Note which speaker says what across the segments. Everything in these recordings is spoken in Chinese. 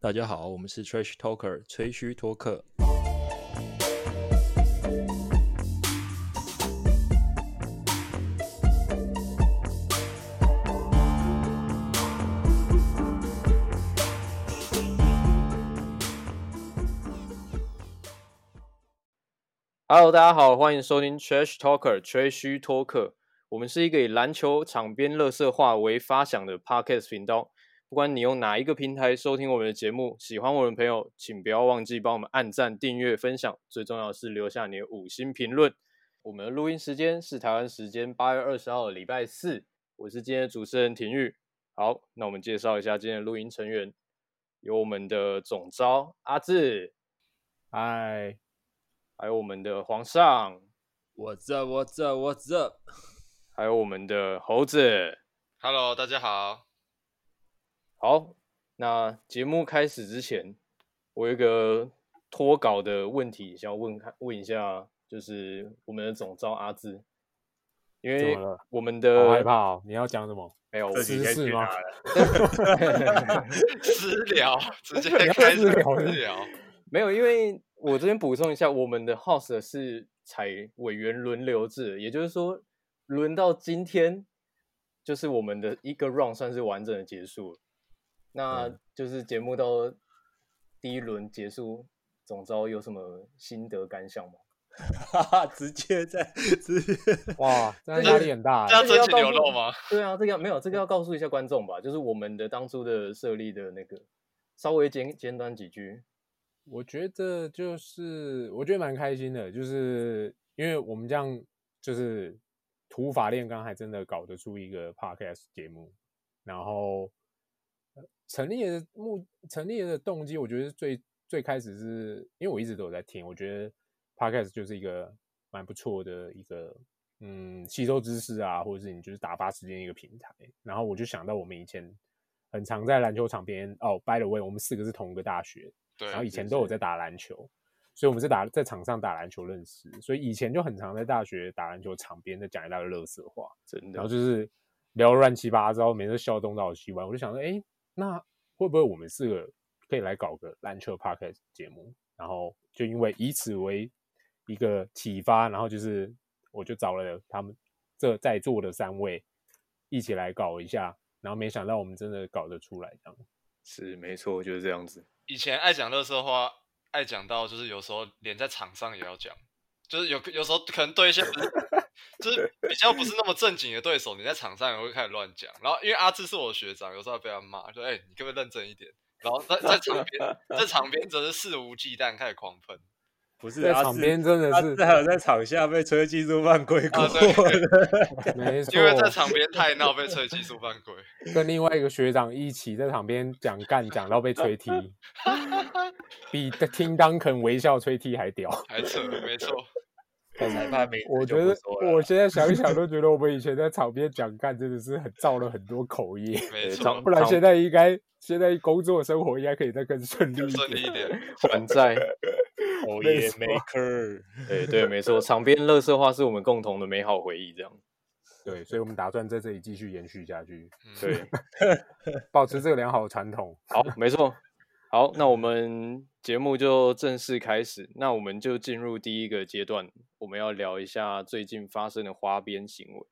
Speaker 1: 大家好，我们是 Trash Talker 吹嘘托客。
Speaker 2: Hello，大家好，欢迎收听 Trash Talker 吹嘘托客。我们是一个以篮球场边乐色化为发想的 Podcast 频道。不管你用哪一个平台收听我们的节目，喜欢我们的朋友，请不要忘记帮我们按赞、订阅、分享，最重要的是留下你的五星评论。我们的录音时间是台湾时间八月二十号的礼拜四，我是今天的主持人廷玉。好，那我们介绍一下今天的录音成员，有我们的总招阿志，
Speaker 3: 嗨，
Speaker 2: 还有我们的皇上，
Speaker 1: What's up? What's up? What's up?
Speaker 2: 还有我们的猴子。
Speaker 4: Hello，大家好。
Speaker 2: 好，那节目开始之前，我有一个脱稿的问题想要问看问一下，就是我们的总招阿志，因
Speaker 3: 怎
Speaker 2: 为
Speaker 3: 么了
Speaker 2: 我们
Speaker 3: 好
Speaker 2: 的
Speaker 3: 害怕哦！你要讲什么？
Speaker 2: 没有我
Speaker 4: 这
Speaker 2: 们
Speaker 4: 集
Speaker 3: 知
Speaker 4: 呃先
Speaker 3: 识
Speaker 4: 去
Speaker 3: 吗
Speaker 4: 哪了？ 私聊，直接开始
Speaker 3: 私聊
Speaker 4: 私 聊。
Speaker 2: 没有，因为我这边补充一下，我们的 house 是采委员轮流制，也就是说，轮到今天，就是我们的一个 round 算是完整的结束了。
Speaker 1: 嗯
Speaker 2: 那就是节目到第一轮结束，总招有什么心得感想吗？
Speaker 1: 哈哈，直接在直接
Speaker 3: 哇，真的
Speaker 4: 这
Speaker 3: 压力很大
Speaker 4: 这
Speaker 3: 欸。
Speaker 4: 样争取流露吗？
Speaker 2: 对啊，这个要没有这个要告诉一下观众吧，就是我们的当初的设立的那个，稍微简简短几句。
Speaker 3: 我觉得就是，我觉得蛮开心的，就是因为我们这样就是土法炼钢，还真的搞得出一个 podcast 节目。然后呃成立的目成立的动机，我觉得最最开始是因为我一直都有在听，我觉得 podcast 就是一个蛮不错的一个嗯吸收知识啊，或者是你就是打发时间的一个平台。然后我就想到我们以前很常在篮球场边哦，by the way，我们四个是同一个大学，
Speaker 4: 对
Speaker 3: 然，后以前都有在打篮球，所以我们是打在场上打篮球认识，所以以前就很常在大学打篮球场边在讲一大堆乐色话，
Speaker 2: 真
Speaker 3: 然
Speaker 2: 的
Speaker 3: 后，就是聊乱七八糟，每次笑东倒西歪。我就想说，哎，那会不会我们四个可以来搞个篮球 podcast 节目？然后就因为以此为一个启发，然后就是我就找了他们这在座的三位一起来搞一下，然后没想到我们真的搞得出来这样。
Speaker 2: 是没错，就是这样子。
Speaker 4: 以前爱讲乐色话，爱讲到就是有时候连在场上也要讲，就是有有时候可能对一些不是就是比较不是那么正经的对手，你在场上也会开始乱讲。然后因为阿志是我的学长，有时候被他骂，说：“哎、你可不可以认真一点？”然后在在场边，在场边则是肆无忌惮开始狂喷。
Speaker 1: 不是
Speaker 3: 在
Speaker 2: 啊
Speaker 1: 阿
Speaker 3: 场
Speaker 1: 志
Speaker 3: 边真的
Speaker 1: 阿
Speaker 3: 是
Speaker 1: 志还有在场下被吹技术犯规过
Speaker 4: 啊对
Speaker 1: 的，
Speaker 3: 没错，
Speaker 4: 因为在场边太闹，被吹技术犯规。
Speaker 3: 跟另外一个学长一起在场边讲干，讲到被吹踢，比听当肯微笑吹踢还屌。
Speaker 4: 还扯，没错，
Speaker 1: 裁判名
Speaker 3: 我
Speaker 1: 字
Speaker 3: 觉
Speaker 1: 就不
Speaker 3: 得
Speaker 1: 说
Speaker 3: 我
Speaker 1: 了。
Speaker 3: 现在想一 想都觉得我们以前在场边讲干真的是很造了很多口业，
Speaker 4: 没
Speaker 2: 对
Speaker 4: 错
Speaker 2: 长，
Speaker 3: 不然
Speaker 2: 场
Speaker 3: 现在应该现在工作生活应该可以再更顺利
Speaker 4: 更
Speaker 3: 一
Speaker 4: 顺利
Speaker 3: 点。
Speaker 4: 一点。
Speaker 2: 还债。
Speaker 1: 哦
Speaker 3: 没
Speaker 1: 耶
Speaker 3: 错
Speaker 1: maker，
Speaker 2: 对对，没错，场边乐色话是我们共同的美好回忆，这样。
Speaker 3: 对，所以我们打算在这里继续延续下去，
Speaker 4: 嗯，
Speaker 2: 对，
Speaker 3: 保持这个良好的传统。
Speaker 2: 好，没错。好，那我们节目就正式开始。那我们就进入第一个阶段，我们要聊一下最近发生的花边新闻。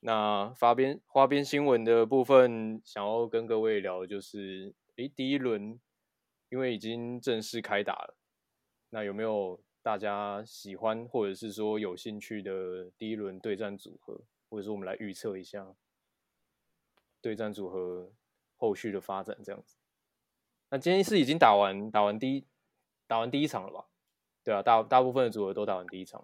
Speaker 2: 那花边花边新闻的部分，想要跟各位聊的就是，诶，第一轮因为已经正式开打了，那有没有大家喜欢或者是说有兴趣的第一轮对战组合，或者说我们来预测一下对战组合后续的发展这样子。那今天是已经打完打完第一打完第一场了吧？对啊，大大部分的组合都打完第一场。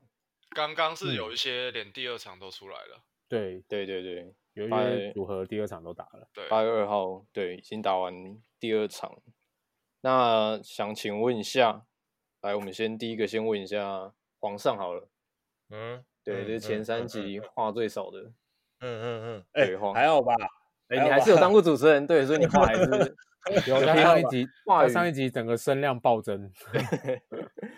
Speaker 4: 刚刚是
Speaker 3: 嗯
Speaker 4: 有一些连第二场都出来了，
Speaker 3: 对，
Speaker 2: 对对对，
Speaker 3: 有一
Speaker 2: 哎
Speaker 3: 些组合第二场都打 了。
Speaker 4: 对，
Speaker 2: 八月二号，对，已经打完第二场。那想请问一下，来，我们先第一个先问一下皇上好了。
Speaker 1: 嗯，
Speaker 2: 对，
Speaker 1: 嗯
Speaker 2: 这是前三集话最少的。
Speaker 1: 嗯嗯嗯，
Speaker 2: 对
Speaker 1: 哎，
Speaker 2: 话
Speaker 1: 还好吧？
Speaker 2: 哎、
Speaker 1: 还
Speaker 2: 你
Speaker 1: 好
Speaker 2: 还
Speaker 1: 吧
Speaker 2: 是有当过主持人，对，所以你话还 是
Speaker 3: 有
Speaker 2: 有
Speaker 3: 他
Speaker 2: 听到
Speaker 3: 上一
Speaker 2: 吧
Speaker 3: 集，
Speaker 2: 话
Speaker 3: 他
Speaker 2: 语
Speaker 3: 上一集整个声量暴 增。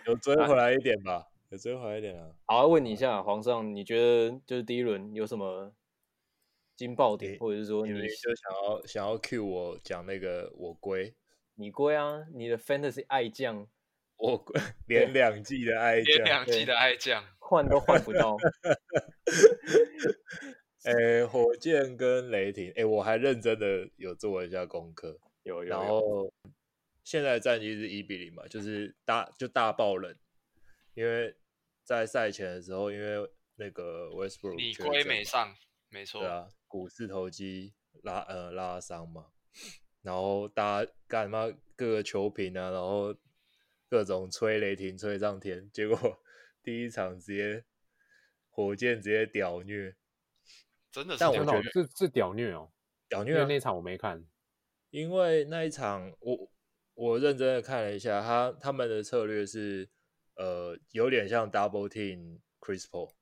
Speaker 1: 有追
Speaker 4: 啊
Speaker 1: 回来一点吧，有追回来一点啊。
Speaker 2: 好，要问你一下，皇上，你觉得就是第一轮有什么惊爆点，
Speaker 1: 你
Speaker 2: 或者是说
Speaker 1: 你
Speaker 2: 你
Speaker 1: 们就想要想要 cue 我讲那个我龟，
Speaker 2: 你龟啊，你的 Fantasy 爱将
Speaker 1: 我 连两季的爱
Speaker 4: 连
Speaker 1: 将，
Speaker 4: 两季的爱将，
Speaker 2: 换都换不到，
Speaker 1: 哎，火箭跟雷霆，哎，我还认真的有做一下功课，
Speaker 2: 有有
Speaker 1: 然
Speaker 2: 有，
Speaker 1: 后现在的战绩是一比零嘛，就是大就大爆冷，因为在赛前的时候，因为那个 Westbrook
Speaker 4: 你
Speaker 1: 确
Speaker 4: 龟
Speaker 1: 诊
Speaker 4: 没
Speaker 1: 嘛
Speaker 4: 上，没错
Speaker 1: 对，啊，股四头肌拉呃拉伤嘛，然后大家干嘛各个球评啊，然后各种吹雷霆吹上天，结果 第一场直接火箭直接屌虐
Speaker 4: 真的是这
Speaker 1: 但我
Speaker 4: 样
Speaker 3: 真
Speaker 1: 觉
Speaker 3: 的
Speaker 1: 得
Speaker 3: 哦是是屌虐哦，
Speaker 1: 屌
Speaker 3: 因
Speaker 1: 虐、
Speaker 3: 为
Speaker 1: 啊，
Speaker 3: 那场我没看，
Speaker 1: 因为那一场我我认真的看了一下，他他们的策略是呃有点像 double team Chris Paul，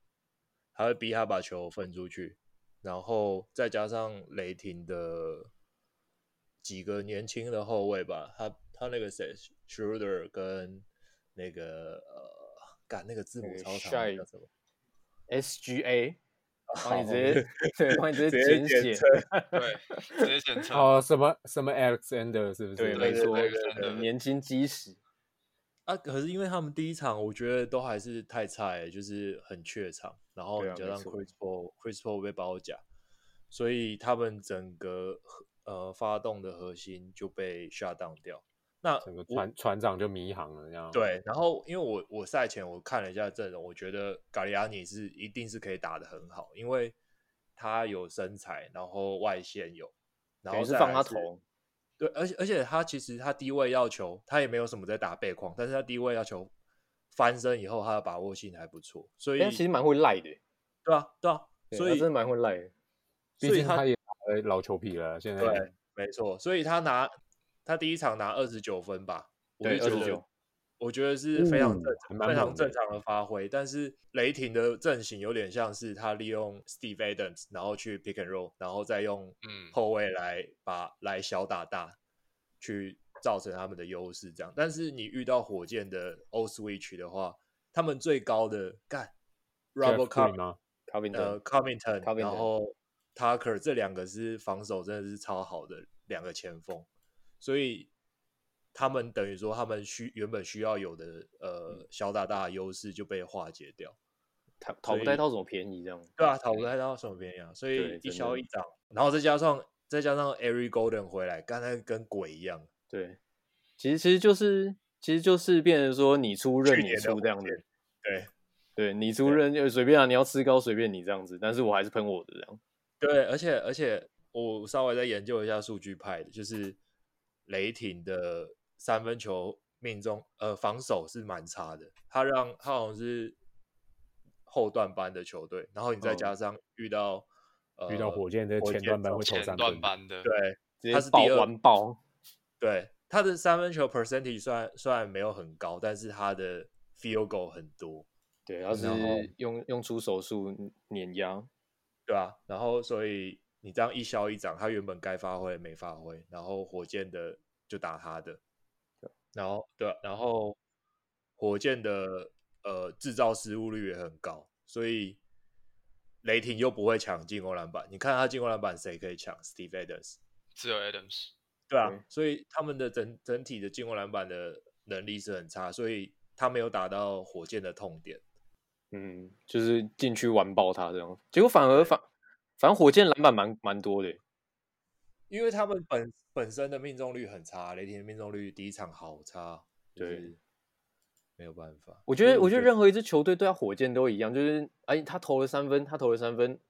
Speaker 1: 他会逼他把球分出去，然后再加上雷霆的几个年轻的后卫吧，他他那个谁 Schroeder 跟那个呃，干那个字母
Speaker 2: 那个
Speaker 1: 超长的
Speaker 2: Shai
Speaker 1: 叫什么？
Speaker 2: SGA，帮你
Speaker 1: 好
Speaker 2: 直接对，帮你直接简
Speaker 1: 简
Speaker 2: 写，
Speaker 1: 称
Speaker 4: 对， 直接检测。
Speaker 3: 哦，什么什么 Alexander 是不是？
Speaker 2: 对，
Speaker 1: 啊对
Speaker 2: 没
Speaker 1: 对
Speaker 2: 错
Speaker 1: 对
Speaker 4: 对，对
Speaker 2: 很年轻基石，
Speaker 1: 啊，可是因为他们第一场，我觉得都还是太菜了，就是很怯场，然后
Speaker 2: 对
Speaker 1: 你
Speaker 2: 啊
Speaker 1: 加
Speaker 2: 没
Speaker 1: 上
Speaker 2: 错
Speaker 1: Chris Paul，Chris Paul 被包夹，所以他们整个核呃发动的核心就被 shut down 掉。那
Speaker 3: 整个
Speaker 1: 我
Speaker 3: 船船长就迷航了，这样。
Speaker 1: 对，然后因为我我赛前我看了一下阵容，我觉得卡利亚尼是一定是可以打得很好，因为他有身材，然后外线有，然
Speaker 2: 等于
Speaker 1: 后
Speaker 2: 是
Speaker 1: 再
Speaker 2: 放
Speaker 1: 来
Speaker 2: 他啊投，
Speaker 1: 对，而且而且他其实他低位要求，他也没有什么在打背框，但是他低位要求翻身以后，他的把握性还不错，所以
Speaker 2: 啊但其实蛮会赖的，
Speaker 1: 对啊对啊，
Speaker 2: 对
Speaker 1: 所
Speaker 2: 他
Speaker 1: 以
Speaker 2: 真的蛮会赖的，
Speaker 3: 毕
Speaker 1: 所以
Speaker 3: 竟
Speaker 1: 他
Speaker 3: 他也打了老球皮了，现在
Speaker 1: 对没错，所以他拿他第一场拿二十九分吧，我
Speaker 2: 对
Speaker 1: 就觉
Speaker 2: 29
Speaker 1: 得我觉得是非常
Speaker 3: 嗯
Speaker 1: 正
Speaker 3: 还
Speaker 1: 常、
Speaker 3: 蛮
Speaker 1: 非常
Speaker 3: 猛的
Speaker 1: 正常的发挥，但是雷霆的阵型有点像是他利用 Steve Adams，然后去 pick and roll，然后再用
Speaker 4: 嗯
Speaker 1: 后卫来把来小打大，去造成他们的优势这样。但是你遇到火箭的 O Switch 的话，他们最高的干 Robert
Speaker 3: Jeff Green
Speaker 1: Cup
Speaker 3: 吗？
Speaker 2: 卡宾
Speaker 1: 呃
Speaker 2: 特
Speaker 1: Covington，然
Speaker 2: Covington
Speaker 1: 后 Tucker 这两个是防守真的是超好的两个前锋，所以他们等于说他们需原本需要有的呃小打大的优势就被化解掉，
Speaker 2: 讨讨不
Speaker 1: 以
Speaker 2: 太到什么便宜这样，
Speaker 1: 对啊，讨不太到什么便宜啊，所
Speaker 2: 对
Speaker 1: 以一
Speaker 2: 真
Speaker 1: 消
Speaker 2: 的
Speaker 1: 一长，然后再加上再加上 Every Golden 回来，刚才跟鬼一样，
Speaker 2: 对，其实其实就是其实就是变成说你出任
Speaker 1: 去
Speaker 2: 你
Speaker 1: 年的
Speaker 2: 出这
Speaker 1: 火
Speaker 2: 样子
Speaker 1: 箭，对
Speaker 2: 对你出任就随便啊，你要吃高随便你这样子，但是我还是喷我的这样，
Speaker 1: 对，而且而且我稍微再研究一下数据派的，就是雷霆的三分球命中，呃，防守是蛮差的。他让他好像是后段班的球队，然后你再
Speaker 2: 嗯
Speaker 1: 加上遇到、呃
Speaker 3: 遇到火箭的
Speaker 1: 火
Speaker 3: 前
Speaker 1: 箭
Speaker 3: 段班
Speaker 1: 这
Speaker 3: 会投
Speaker 4: 前
Speaker 3: 三
Speaker 4: 段
Speaker 3: 分，
Speaker 4: 班的，
Speaker 1: 对
Speaker 2: 直
Speaker 1: 他
Speaker 2: 接
Speaker 1: 是
Speaker 2: 爆
Speaker 1: 第二
Speaker 2: 完爆，
Speaker 1: 对，他的三分球 percentage 虽然虽然没有很高，但是他的 field goal 很多，
Speaker 2: 对，他是
Speaker 1: 然后
Speaker 2: 用用出手术碾压，
Speaker 1: 对啊，然后所以你这样一消一长，他原本该发挥的没发挥，然后火箭的就打他的，然后对啊、然后火箭的呃制造失误率也很高，所以雷霆又不会抢进攻篮板。你看他进攻篮板谁可以抢？Steve Adams，
Speaker 4: 只有 Adams。
Speaker 1: 对啊，
Speaker 2: 对
Speaker 1: 所以他们的整整体的进攻篮板的能力是很差，所以他没有打到火箭的痛点。
Speaker 2: 嗯，就是禁区完爆他这样，结果反而反反正火箭篮板蛮蛮多的欸，
Speaker 1: 因为他们本本身的命中率很差，雷霆的命中率第一场好差，就
Speaker 2: 对
Speaker 1: 是没有办法。
Speaker 2: 我觉
Speaker 1: 所以
Speaker 2: 得，我觉得
Speaker 1: 得
Speaker 2: 任何一支球队对他火箭都一样，就是哎，他投了三分，他投了三分，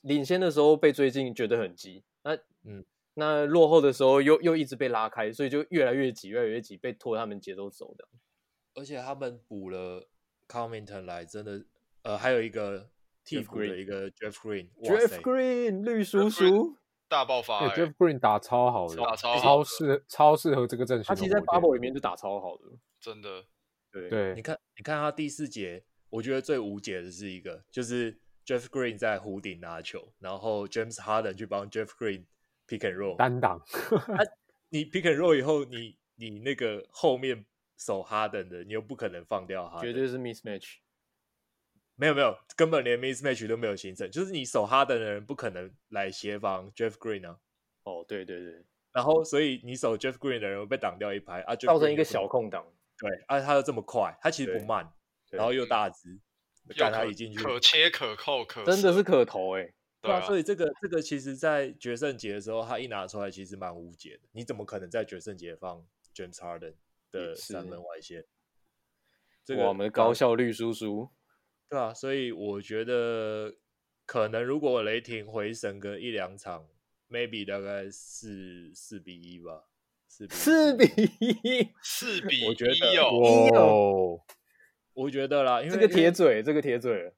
Speaker 2: 领先的时候被追进，觉得很急。那
Speaker 1: 嗯，
Speaker 2: 那落后的时候又又一直被拉开，所以就越来越急，越来越急，被拖他们节奏走的。
Speaker 1: 而且他们补了 Covington 来，真的，呃，还有一个替
Speaker 2: Jeff
Speaker 1: 补的
Speaker 2: Green
Speaker 1: 一个 Jeff Green，哇
Speaker 2: Jeff
Speaker 1: 塞，
Speaker 2: Green 绿叔
Speaker 4: Green
Speaker 2: 叔，
Speaker 4: 大爆发、
Speaker 3: 对
Speaker 4: 欸，
Speaker 3: ，Jeff Green 打超好的，
Speaker 4: 打超好
Speaker 3: 超
Speaker 4: 的
Speaker 3: 适超适合这个阵型
Speaker 2: 他
Speaker 3: 的火
Speaker 2: 其
Speaker 3: 箭。
Speaker 2: 实在 bubble 里面就打超好的。
Speaker 4: 真的
Speaker 2: 对，
Speaker 1: 你
Speaker 3: 对，
Speaker 1: 看，你看他第四节，我觉得最无解的是一个，就是 Jeff Green 在弧顶拿球，然后 James Harden 去帮 Jeff Green pick and roll，
Speaker 3: 单挡
Speaker 1: 你 pick and roll 以后，你你那个后面守 Harden 的，你又不可能放掉他，
Speaker 2: 绝对是 mismatch。
Speaker 1: 没有没有，根本连 mismatch 都没有形成，就是你守哈登的人不可能来协防 Jeff Green 啊，
Speaker 2: 哦，对对对，
Speaker 1: 然后所以你守 Jeff Green 的人会被挡掉一拍啊，
Speaker 2: 造成一个小空档。
Speaker 1: 对，啊，他又这么快，他其实
Speaker 2: 对
Speaker 1: 不慢，
Speaker 2: 对
Speaker 1: 然后又大只，
Speaker 4: 又
Speaker 1: 干他
Speaker 4: 可
Speaker 1: 一进去，
Speaker 4: 可切可扣可
Speaker 2: 真的
Speaker 4: 射
Speaker 2: 是可投哎、
Speaker 4: 对
Speaker 1: 啊
Speaker 4: 啊，
Speaker 1: 所以这个这个其实，在决胜节的时候，他一拿出来，其实蛮无解的。你怎么可能在决胜节放 James Harden 的
Speaker 2: 也是
Speaker 1: 三分外线？这
Speaker 2: 这
Speaker 1: 个
Speaker 2: 我们的高效率叔叔，
Speaker 1: 对啊，所以我觉得可能如果雷霆回神个一两场，maybe 大概四四比一吧，四比一
Speaker 2: 一，
Speaker 4: 四比
Speaker 1: 我觉得
Speaker 4: 一哦，
Speaker 2: 哇
Speaker 3: 哦，
Speaker 1: 我觉得啦，因为
Speaker 2: 这个
Speaker 1: 因为
Speaker 2: 铁嘴，这个铁嘴了，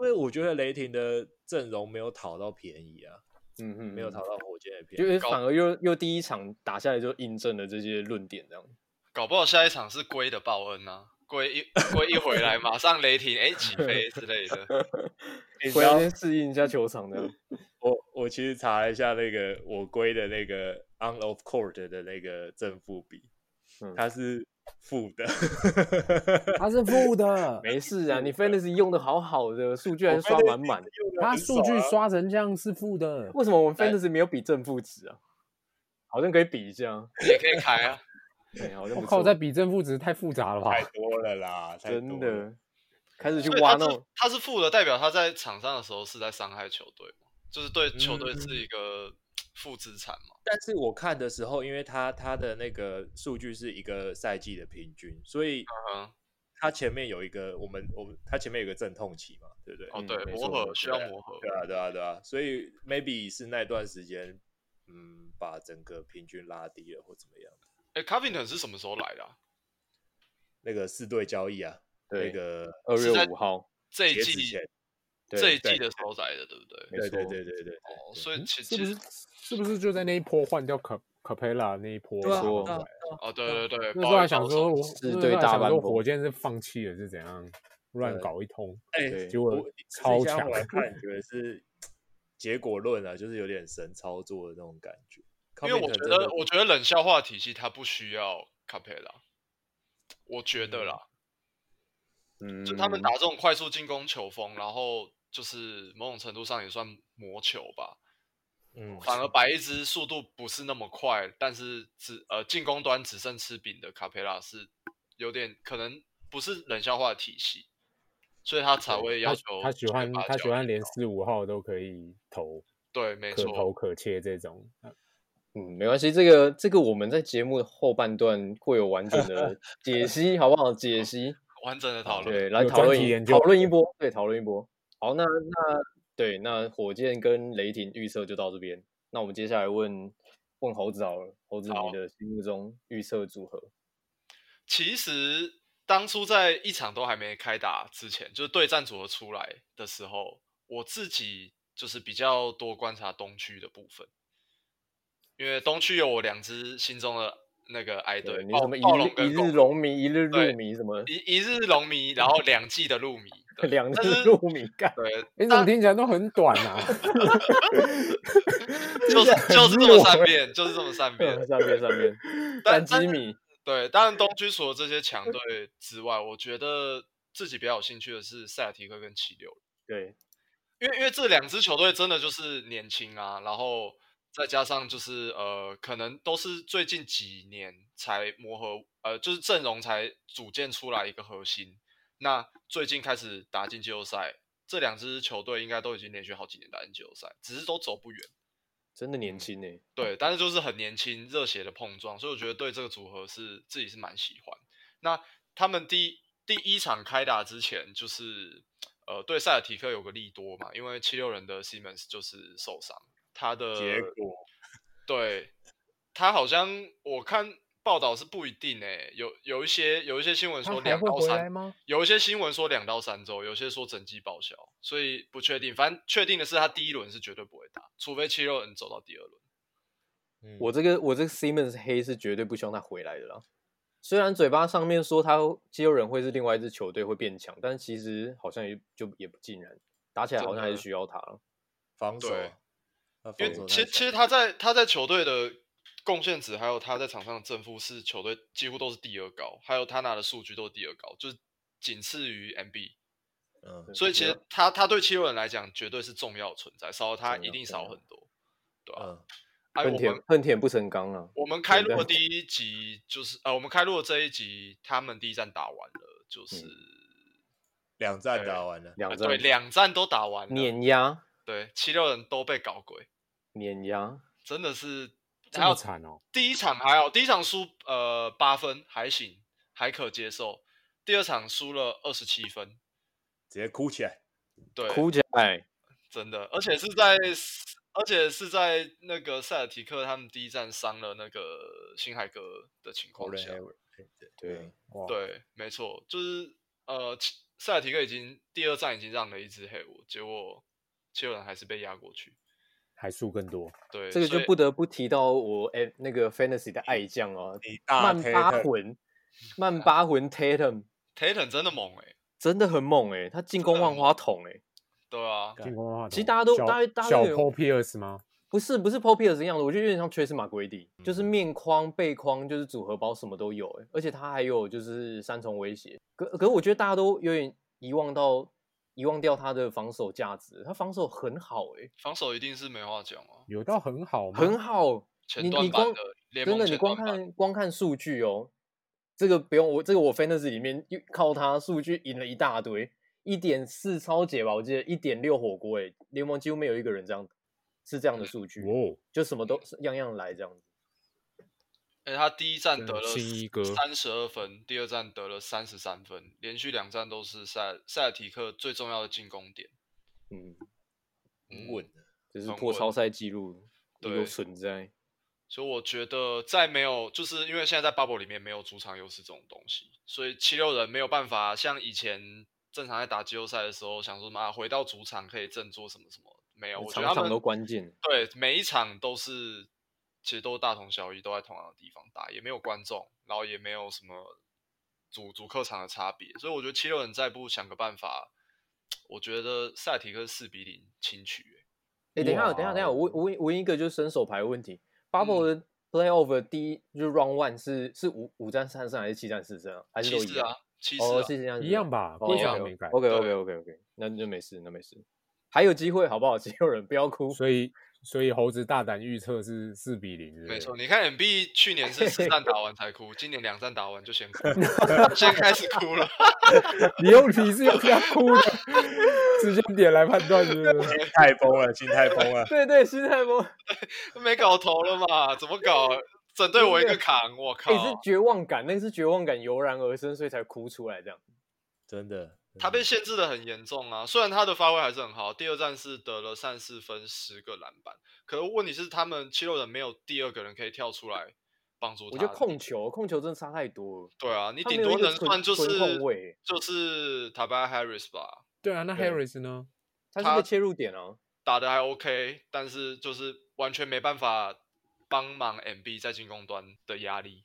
Speaker 1: 因为我觉得雷霆的阵容没有讨到便宜啊，
Speaker 2: 嗯哼，
Speaker 1: 没有讨到火箭的便
Speaker 2: 就
Speaker 1: 宜。
Speaker 2: 是
Speaker 4: 高
Speaker 2: 反而又又第一场打下来就印证了这些论点，这样
Speaker 4: 搞不好下一场是龟的报恩啊，龟一龟一回来，马上雷霆哎 起飞之类的，
Speaker 1: 你知
Speaker 2: 回来
Speaker 1: 道
Speaker 2: 先适应一下球场 的。
Speaker 1: 我我其实查了一下那个我归的那个 on off court 的那个正负比，
Speaker 2: 嗯
Speaker 1: 它是负的。
Speaker 3: 他是负的，
Speaker 2: 没事啊，你 fantasy 用的好好的，数据还
Speaker 1: 我
Speaker 2: 是刷满满。
Speaker 3: 他数据
Speaker 1: 啊
Speaker 3: 刷成这样是负的。
Speaker 2: 为什么我们 fantasy 没有比正负值啊？好像可以比一 下，
Speaker 4: 也可以开啊。
Speaker 2: 对，好像
Speaker 3: 我
Speaker 2: 不
Speaker 3: 靠，
Speaker 2: 错。
Speaker 3: 在比正负值啊太复杂了吧？
Speaker 1: 太多了啦，太
Speaker 2: 哦真
Speaker 1: 多了。
Speaker 2: 的开始去哦
Speaker 4: 所以
Speaker 2: 挖
Speaker 4: 他
Speaker 2: 那
Speaker 4: 是
Speaker 2: 种，
Speaker 4: 他是负的，代表他在场上的时候是在伤害球队嘛，就是对球队
Speaker 1: 嗯
Speaker 4: 是一个负资产嘛。
Speaker 1: 但是我看的时候，因为它它的那个数据是一个赛季的平均，所以
Speaker 4: 嗯哼，
Speaker 1: 它前面有一个我们我们它前面有个阵痛期嘛，对不对？
Speaker 4: 哦
Speaker 2: 嗯
Speaker 4: 对，
Speaker 2: 没
Speaker 4: 磨
Speaker 2: 错没
Speaker 4: 合
Speaker 2: 错
Speaker 4: 需要磨合。
Speaker 1: 对啊，对啊，对啊，所以 maybe 是那段时间，嗯，把整个平均拉低了或怎么样。
Speaker 4: 哎，Covington 是什么时候来的啊？
Speaker 1: 那个四对交易啊，那
Speaker 2: 对，
Speaker 1: 个
Speaker 2: 二
Speaker 4: 是在
Speaker 2: 月五号，
Speaker 4: 这一
Speaker 1: 截止
Speaker 4: 季
Speaker 1: 前，
Speaker 2: 对
Speaker 4: 这一
Speaker 1: 对
Speaker 4: 季的时候来的，对不对？
Speaker 2: 没
Speaker 1: 对对
Speaker 2: 错
Speaker 1: 对对对，
Speaker 4: 哦，所以
Speaker 3: 嗯
Speaker 4: 其
Speaker 3: 是
Speaker 4: 其
Speaker 3: 不
Speaker 4: 实
Speaker 3: 是是不是就在那一波换掉可可佩拉那一波？
Speaker 1: 对啊
Speaker 2: 没错
Speaker 1: 对啊
Speaker 4: 哦，对对对，
Speaker 3: 那时
Speaker 4: 保
Speaker 3: 候还
Speaker 4: 育
Speaker 3: 想
Speaker 4: 防
Speaker 3: 说
Speaker 4: 守
Speaker 3: 我，
Speaker 2: 是
Speaker 3: 那时候
Speaker 2: 对
Speaker 3: 还
Speaker 2: 大
Speaker 3: 想
Speaker 2: 阪
Speaker 3: 说
Speaker 2: 风
Speaker 3: 火箭是放弃了是怎样乱
Speaker 1: 对
Speaker 3: 搞一通，
Speaker 1: 哎
Speaker 2: 对，
Speaker 3: 结果
Speaker 1: 我
Speaker 3: 超
Speaker 1: 现在
Speaker 3: 强
Speaker 1: 回。来看，觉得是结果论啊，就是有点神操作的那种感觉。
Speaker 4: 因为我觉
Speaker 1: Covington 真
Speaker 4: 得
Speaker 1: 的，
Speaker 4: 我觉得冷笑话体系它不需要卡佩拉，我觉得啦，
Speaker 2: 嗯，
Speaker 4: 就他们打这种快速进攻球风，然后就是某种程度上也算磨球吧，
Speaker 1: 嗯，
Speaker 4: 反而把一支速度不是那么快，但是只呃进攻端只剩吃饼的卡佩拉是有点可能不是冷笑话的体系，所以他才会要
Speaker 3: 他
Speaker 4: 求
Speaker 3: 他喜
Speaker 4: 去
Speaker 3: 欢
Speaker 4: 把
Speaker 3: 他
Speaker 4: 交
Speaker 3: 喜
Speaker 4: 易
Speaker 3: 欢
Speaker 4: 掉
Speaker 3: 连四五号都可以投，
Speaker 4: 对，没
Speaker 3: 可投
Speaker 4: 错，
Speaker 3: 可切这种。呃
Speaker 2: 嗯，没关系，这个这个我们在节目的后半段会有完整的解 析，好不好？解析，
Speaker 4: 完整的讨论。
Speaker 2: 对，来
Speaker 3: 有
Speaker 2: 讨
Speaker 3: 专
Speaker 2: 论
Speaker 3: 题
Speaker 2: 一
Speaker 3: 研
Speaker 2: 讨
Speaker 3: 究
Speaker 2: 论一波，对，讨论一波。好，那那对，那火箭跟雷霆预测就到这边。那我们接下来问问猴子好了，猴子
Speaker 4: 好
Speaker 2: 你的心目中预测组合？
Speaker 4: 其实当初在一场都还没开打之前，就是对战组合出来的时候，我自己就是比较多观察东区的部分，因为东区有我两支心中的那个爱队，
Speaker 2: 你
Speaker 4: 暴
Speaker 2: 什么一
Speaker 4: 暴龙
Speaker 2: 日
Speaker 4: 跟
Speaker 2: 一
Speaker 4: 公
Speaker 2: 日龙迷，一日
Speaker 4: 对
Speaker 2: 入迷，什么
Speaker 4: 一一日龙迷，然后两季的路迷，对
Speaker 2: 两
Speaker 4: 但
Speaker 2: 日
Speaker 4: 是
Speaker 2: 入迷，干
Speaker 4: 对，
Speaker 3: 你怎么听起来都很短啊？
Speaker 4: 就是就是这么善变，就是这 么善变。
Speaker 2: 上面上面
Speaker 4: 但
Speaker 2: 单机米，
Speaker 4: 对，当然东区除了这些强队之外，我觉得自己比较有兴趣的是塞尔提克跟七六人，
Speaker 2: 对，
Speaker 4: 因为因为这两支球队真的就是年轻啊，然后再加上就是呃，可能都是最近几年才磨合，呃，就是阵容才组建出来一个核心。那最近开始打进季后赛，这两支球队应该都已经连续好几年打进季后赛，只是都走不远。
Speaker 2: 真的年轻欸诶，
Speaker 4: 对，但是就是很年轻、热血的碰撞，所以我觉得对这个组合是自己是蛮喜欢。那他们第第一场开打之前，就是呃对塞尔提克有个利多嘛，因为七六人的 Simmons 就是受伤，他的
Speaker 1: 结果
Speaker 4: 对他好像我看报道是不一定诶、有有一些有一些新闻
Speaker 3: 他
Speaker 4: 说
Speaker 3: 还
Speaker 4: 两
Speaker 3: 会
Speaker 4: 到
Speaker 3: 回来
Speaker 4: 三
Speaker 3: 吗？
Speaker 4: 有一些新闻说两到三周，有些说整季报销，所以不确定。反正确定的是，他第一轮是绝对不会打，除非七六人走到第二轮。
Speaker 1: 嗯
Speaker 2: 我这个我这个 Simmons 黑是绝对不希望他回来的啦。虽然嘴巴上面说他肌肉人会是另外一支球队会变强，但其实好像也就也不尽然，打起来好像还是需要他了。
Speaker 1: 防守
Speaker 4: 对
Speaker 1: 啊，那
Speaker 4: 因
Speaker 1: 防
Speaker 4: 为
Speaker 1: 守
Speaker 4: 其实
Speaker 1: 太
Speaker 4: 其
Speaker 1: 强
Speaker 4: 实他在他在球队的贡献值，还有他在场上的正负是球队几乎都是第二高，还有他拿的数据都是第二高，就是仅次于 MB。
Speaker 1: 嗯，
Speaker 4: 所以其
Speaker 2: 没
Speaker 4: 实他他对七六人来讲绝对是重要的存在，少了他
Speaker 2: 重
Speaker 4: 一
Speaker 2: 要
Speaker 4: 定
Speaker 2: 重
Speaker 4: 少
Speaker 2: 要
Speaker 4: 很多。对啊，
Speaker 1: 嗯，
Speaker 4: 哎，
Speaker 2: 恨
Speaker 4: 我
Speaker 2: 铁
Speaker 4: 们
Speaker 2: 恨铁不成钢啊！
Speaker 4: 我们开
Speaker 2: 简单
Speaker 4: 录的第一集就是呃，我们开录的这一集，他们第一站打完了，就是、
Speaker 1: 两站打完了，
Speaker 2: 两
Speaker 4: 呃
Speaker 2: 战
Speaker 4: 对两站都打完了，
Speaker 2: 碾压
Speaker 4: 对七六人都被搞鬼，
Speaker 2: 碾压，
Speaker 4: 真的是
Speaker 3: 这
Speaker 4: 还有
Speaker 3: 么惨哦，
Speaker 4: 第一场还好，第一场输呃八分还行，还可接受，第二场输了二十七分，
Speaker 1: 直接哭起来。
Speaker 4: 对，
Speaker 2: 哭起来，
Speaker 4: 真的，而且是在而且是在那个塞尔提克他们第一站伤了那个辛海格的情况
Speaker 1: Gordon
Speaker 4: 下，
Speaker 1: Hayward，
Speaker 2: 对，
Speaker 3: 哇，
Speaker 4: 对，没错，就是呃，其塞尔提克已经第二站已经让了一只黑五，结果切尔人还是被压过去。
Speaker 3: 还输更多，
Speaker 4: 对，
Speaker 2: 这个
Speaker 4: 所
Speaker 2: 就
Speaker 4: 以
Speaker 2: 不得不提到我哎、那个 Fantasy 的爱将哦，
Speaker 1: 你大
Speaker 2: 曼巴
Speaker 1: Tatum
Speaker 2: 魂，曼
Speaker 4: 啊
Speaker 2: 巴魂 Tatum
Speaker 4: Tatum 真的猛哎、
Speaker 2: 真的很猛哎、他进攻万花筒哎、
Speaker 4: 对啊，
Speaker 1: 干
Speaker 3: 进攻的话，
Speaker 2: 其实大家都
Speaker 3: 小
Speaker 2: 大家大家
Speaker 3: 小
Speaker 2: 都有
Speaker 3: Paul Pierce 吗？
Speaker 2: 不是不是 p o p i e r 这样的，我觉得有点像 Trace m c g r a d
Speaker 4: 嗯
Speaker 2: 就是面框、背框，就是组合包什么都有、欸，而且他还有就是三重威胁。可可我觉得大家都有点遗忘到遗忘掉他的防守价值，他防守很好、欸，
Speaker 4: 防守一定是没话讲哦，
Speaker 3: 有到很好吗？
Speaker 2: 很好，
Speaker 4: 前
Speaker 2: 你
Speaker 4: 段
Speaker 2: 你
Speaker 4: 版
Speaker 2: 光
Speaker 4: 的联
Speaker 2: 真
Speaker 4: 盟
Speaker 2: 的你
Speaker 4: 前
Speaker 2: 光
Speaker 4: 段版，
Speaker 2: 看光看数据哦，这个不用我这个我 Fantasy 里面又靠他数据赢了一大堆，一点四超解吧，我记得一点六火锅，哎，联盟几乎没有一个人这样是这样的数据，
Speaker 4: 哦
Speaker 3: 哇，
Speaker 2: 就什么都样样来这样子。
Speaker 4: 哎、他第一站
Speaker 3: 真
Speaker 4: 得
Speaker 3: 的
Speaker 4: 了
Speaker 3: 信一哥
Speaker 4: 三十二分，第二站得了三十三分，连续两站都是塞塞尔提克最重要的进攻点。
Speaker 2: 嗯，
Speaker 4: 嗯
Speaker 1: 很稳的，
Speaker 2: 就是
Speaker 4: 很
Speaker 2: 破
Speaker 4: 稳
Speaker 2: 超赛记录有
Speaker 4: 对
Speaker 2: 存在。
Speaker 4: 所以我觉得在没有，就是因为现在在 bubble 里面没有主场优势这种东西，所以七六人没有办法像以前正常在打季后赛的时候，想说妈回到主场可以振作什么什么，没有，哎我觉得
Speaker 2: 场
Speaker 4: 他
Speaker 2: 场
Speaker 4: 们
Speaker 2: 都关键，
Speaker 4: 对每一场都是其实都大同小异，都在同样的地方打，也没有观众，然后也没有什么主主客场的差别，所以我觉得七六人再不想个办法，我觉得赛提克四比零轻取、欸
Speaker 2: 哎、等一下，等一下，等一下，
Speaker 4: 哦
Speaker 2: 我问我问我问一个就是伸手牌的问题。Bubble
Speaker 4: 嗯
Speaker 2: 的 Playoff 的第一就是 Round One 是是五五战三胜还是七战四胜啊？还是
Speaker 4: 骑
Speaker 2: 都一
Speaker 4: 士
Speaker 2: 样？
Speaker 4: 啊，骑士、啊
Speaker 2: 哦，是这样子，
Speaker 3: 一样吧
Speaker 2: 哦
Speaker 3: 规
Speaker 4: 则
Speaker 3: 没改
Speaker 2: OK OK
Speaker 4: 对
Speaker 2: OK OK，那就没事，那没事，还有机会好不 好？只有人不要哭。。
Speaker 3: 所以所以猴子大胆预测是四比零，
Speaker 4: 没错，，你看 M B 去年是四战打完才哭，今年两战打完就先哭，先开始哭了。
Speaker 3: 你用你是用这样哭的时间点来判断是不是？
Speaker 1: 心态崩了，心态崩了
Speaker 2: 对对，心态崩，
Speaker 4: 没搞头了嘛？怎么搞？啊整队我一个扛，我
Speaker 2: 哎、是
Speaker 4: 靠！
Speaker 2: 绝望感，那个是绝望感油然而生，所以才哭出来这样。
Speaker 1: 真的，
Speaker 2: 嗯
Speaker 4: 他被限制的很严重啊。虽然他的发挥还是很好，第二战是得了三四分、十个篮板，可是问题是他们七六人没有第二个人可以跳出来帮助他。
Speaker 2: 我觉得控球，控球真的差太多了。
Speaker 4: 对啊，你
Speaker 2: 他没
Speaker 4: 顶
Speaker 2: 有
Speaker 4: 多
Speaker 2: 一个
Speaker 4: 能
Speaker 2: 纯
Speaker 4: 算就
Speaker 2: 纯
Speaker 4: 是
Speaker 2: 控卫
Speaker 4: 就是塔巴 Harris 吧，
Speaker 3: 对啊，那
Speaker 2: 对
Speaker 3: Harris 呢？
Speaker 2: 他是
Speaker 4: 他
Speaker 2: 个切入点啊。
Speaker 4: 打的还 OK，但是就是完全没办法帮忙 MB 在进攻端的压力。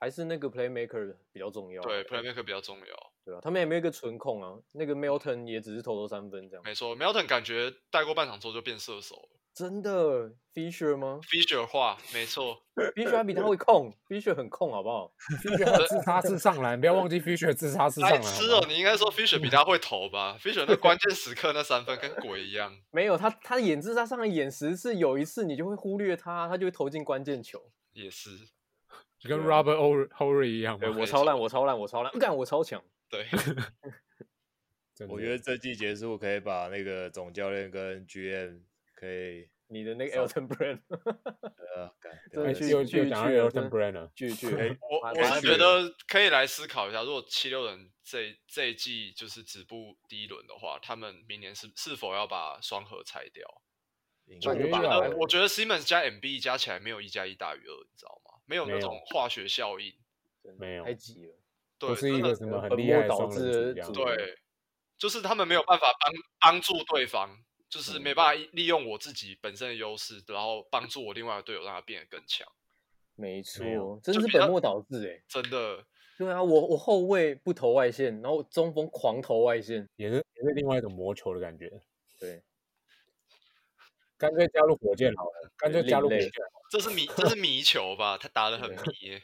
Speaker 2: 还是那个 playmaker 比较重要。
Speaker 4: 对，playmaker 比较重要。
Speaker 2: 对啊，他们也没有一个纯控啊。那个 Milton 也只是投投三分这样。
Speaker 4: 没错，Melton 感觉带过半场之后就变射手了。
Speaker 2: 真的，Fisher 吗
Speaker 4: Fisher 话，没错，
Speaker 2: ？Fisher 还比他会控，Fisher 很控，好不好？
Speaker 3: Fisher 自杀是上篮，不要忘记 Fisher 自杀是上
Speaker 4: 白
Speaker 3: 篮。
Speaker 4: 痴
Speaker 3: 好
Speaker 4: 哦
Speaker 3: 吗，
Speaker 4: 你应该 说 Fisher 比他会投吧？Fisher 那关键时刻那三分跟鬼一样。
Speaker 2: 没有他，他演至他上来演十次，有一次你就会忽略他，他就会投进关键球。
Speaker 4: 也是，
Speaker 3: 你跟 Robert O Horry 一样吗
Speaker 2: 对？
Speaker 4: 没
Speaker 2: 我超
Speaker 4: 错
Speaker 2: 烂，我超烂，我超烂，干我超强。
Speaker 4: 对，
Speaker 3: 真的
Speaker 1: 我觉得这季结束可以把那个总教练跟 GM 可以
Speaker 2: 你的那个 Elton Brand，
Speaker 1: 呃，干
Speaker 2: 真的
Speaker 1: 聊一
Speaker 3: 哎
Speaker 1: 下
Speaker 2: 去
Speaker 3: 又
Speaker 2: 去
Speaker 3: 又讲到
Speaker 2: 去了
Speaker 3: Elton
Speaker 2: 真
Speaker 3: Brand
Speaker 2: 拒
Speaker 1: 可以
Speaker 2: 绝。
Speaker 4: 我
Speaker 2: 完
Speaker 4: 我
Speaker 2: 完
Speaker 4: 是觉
Speaker 2: 美
Speaker 4: 得可以来思考一下，如果七六人这这一季就是止步第一轮的话，他们明年是是否要把双核拆掉？
Speaker 1: 赢
Speaker 4: 就
Speaker 3: 我
Speaker 4: 我
Speaker 1: 了
Speaker 3: 觉
Speaker 4: 觉
Speaker 3: 得要欸
Speaker 4: 得，我觉得 Siemens 加 MB 加起来没有一加一大于二，你知道吗？没有
Speaker 3: 没
Speaker 4: 那
Speaker 3: 有
Speaker 4: 种化学效应，
Speaker 2: 真的
Speaker 3: 没有
Speaker 2: 太急了。
Speaker 4: 对，
Speaker 3: 不是一
Speaker 4: 真的
Speaker 3: 个什么很
Speaker 2: 本
Speaker 3: 厉
Speaker 2: 末
Speaker 3: 害的
Speaker 2: 倒
Speaker 3: 双人
Speaker 2: 置
Speaker 3: 组
Speaker 2: 的
Speaker 3: 这样
Speaker 2: 组合
Speaker 4: 对，就是他们没有办法帮帮助对方，就是没办法利用我自己本身的优势，然后帮助我另外的队友让他变得更强。
Speaker 2: 没错
Speaker 3: 没有，
Speaker 2: 真
Speaker 4: 就是比
Speaker 2: 本
Speaker 4: 较
Speaker 2: 末倒置哎、
Speaker 4: 真的，
Speaker 2: 对啊，我我后卫不投外线，然后我中锋狂投外线，
Speaker 3: 也是也是另外一种魔球的感觉。
Speaker 2: 对，
Speaker 3: 干脆加入火箭好了，干脆加入火
Speaker 2: 另类
Speaker 3: 箭。
Speaker 4: 这是迷，这是迷球吧？他打的很迷耶。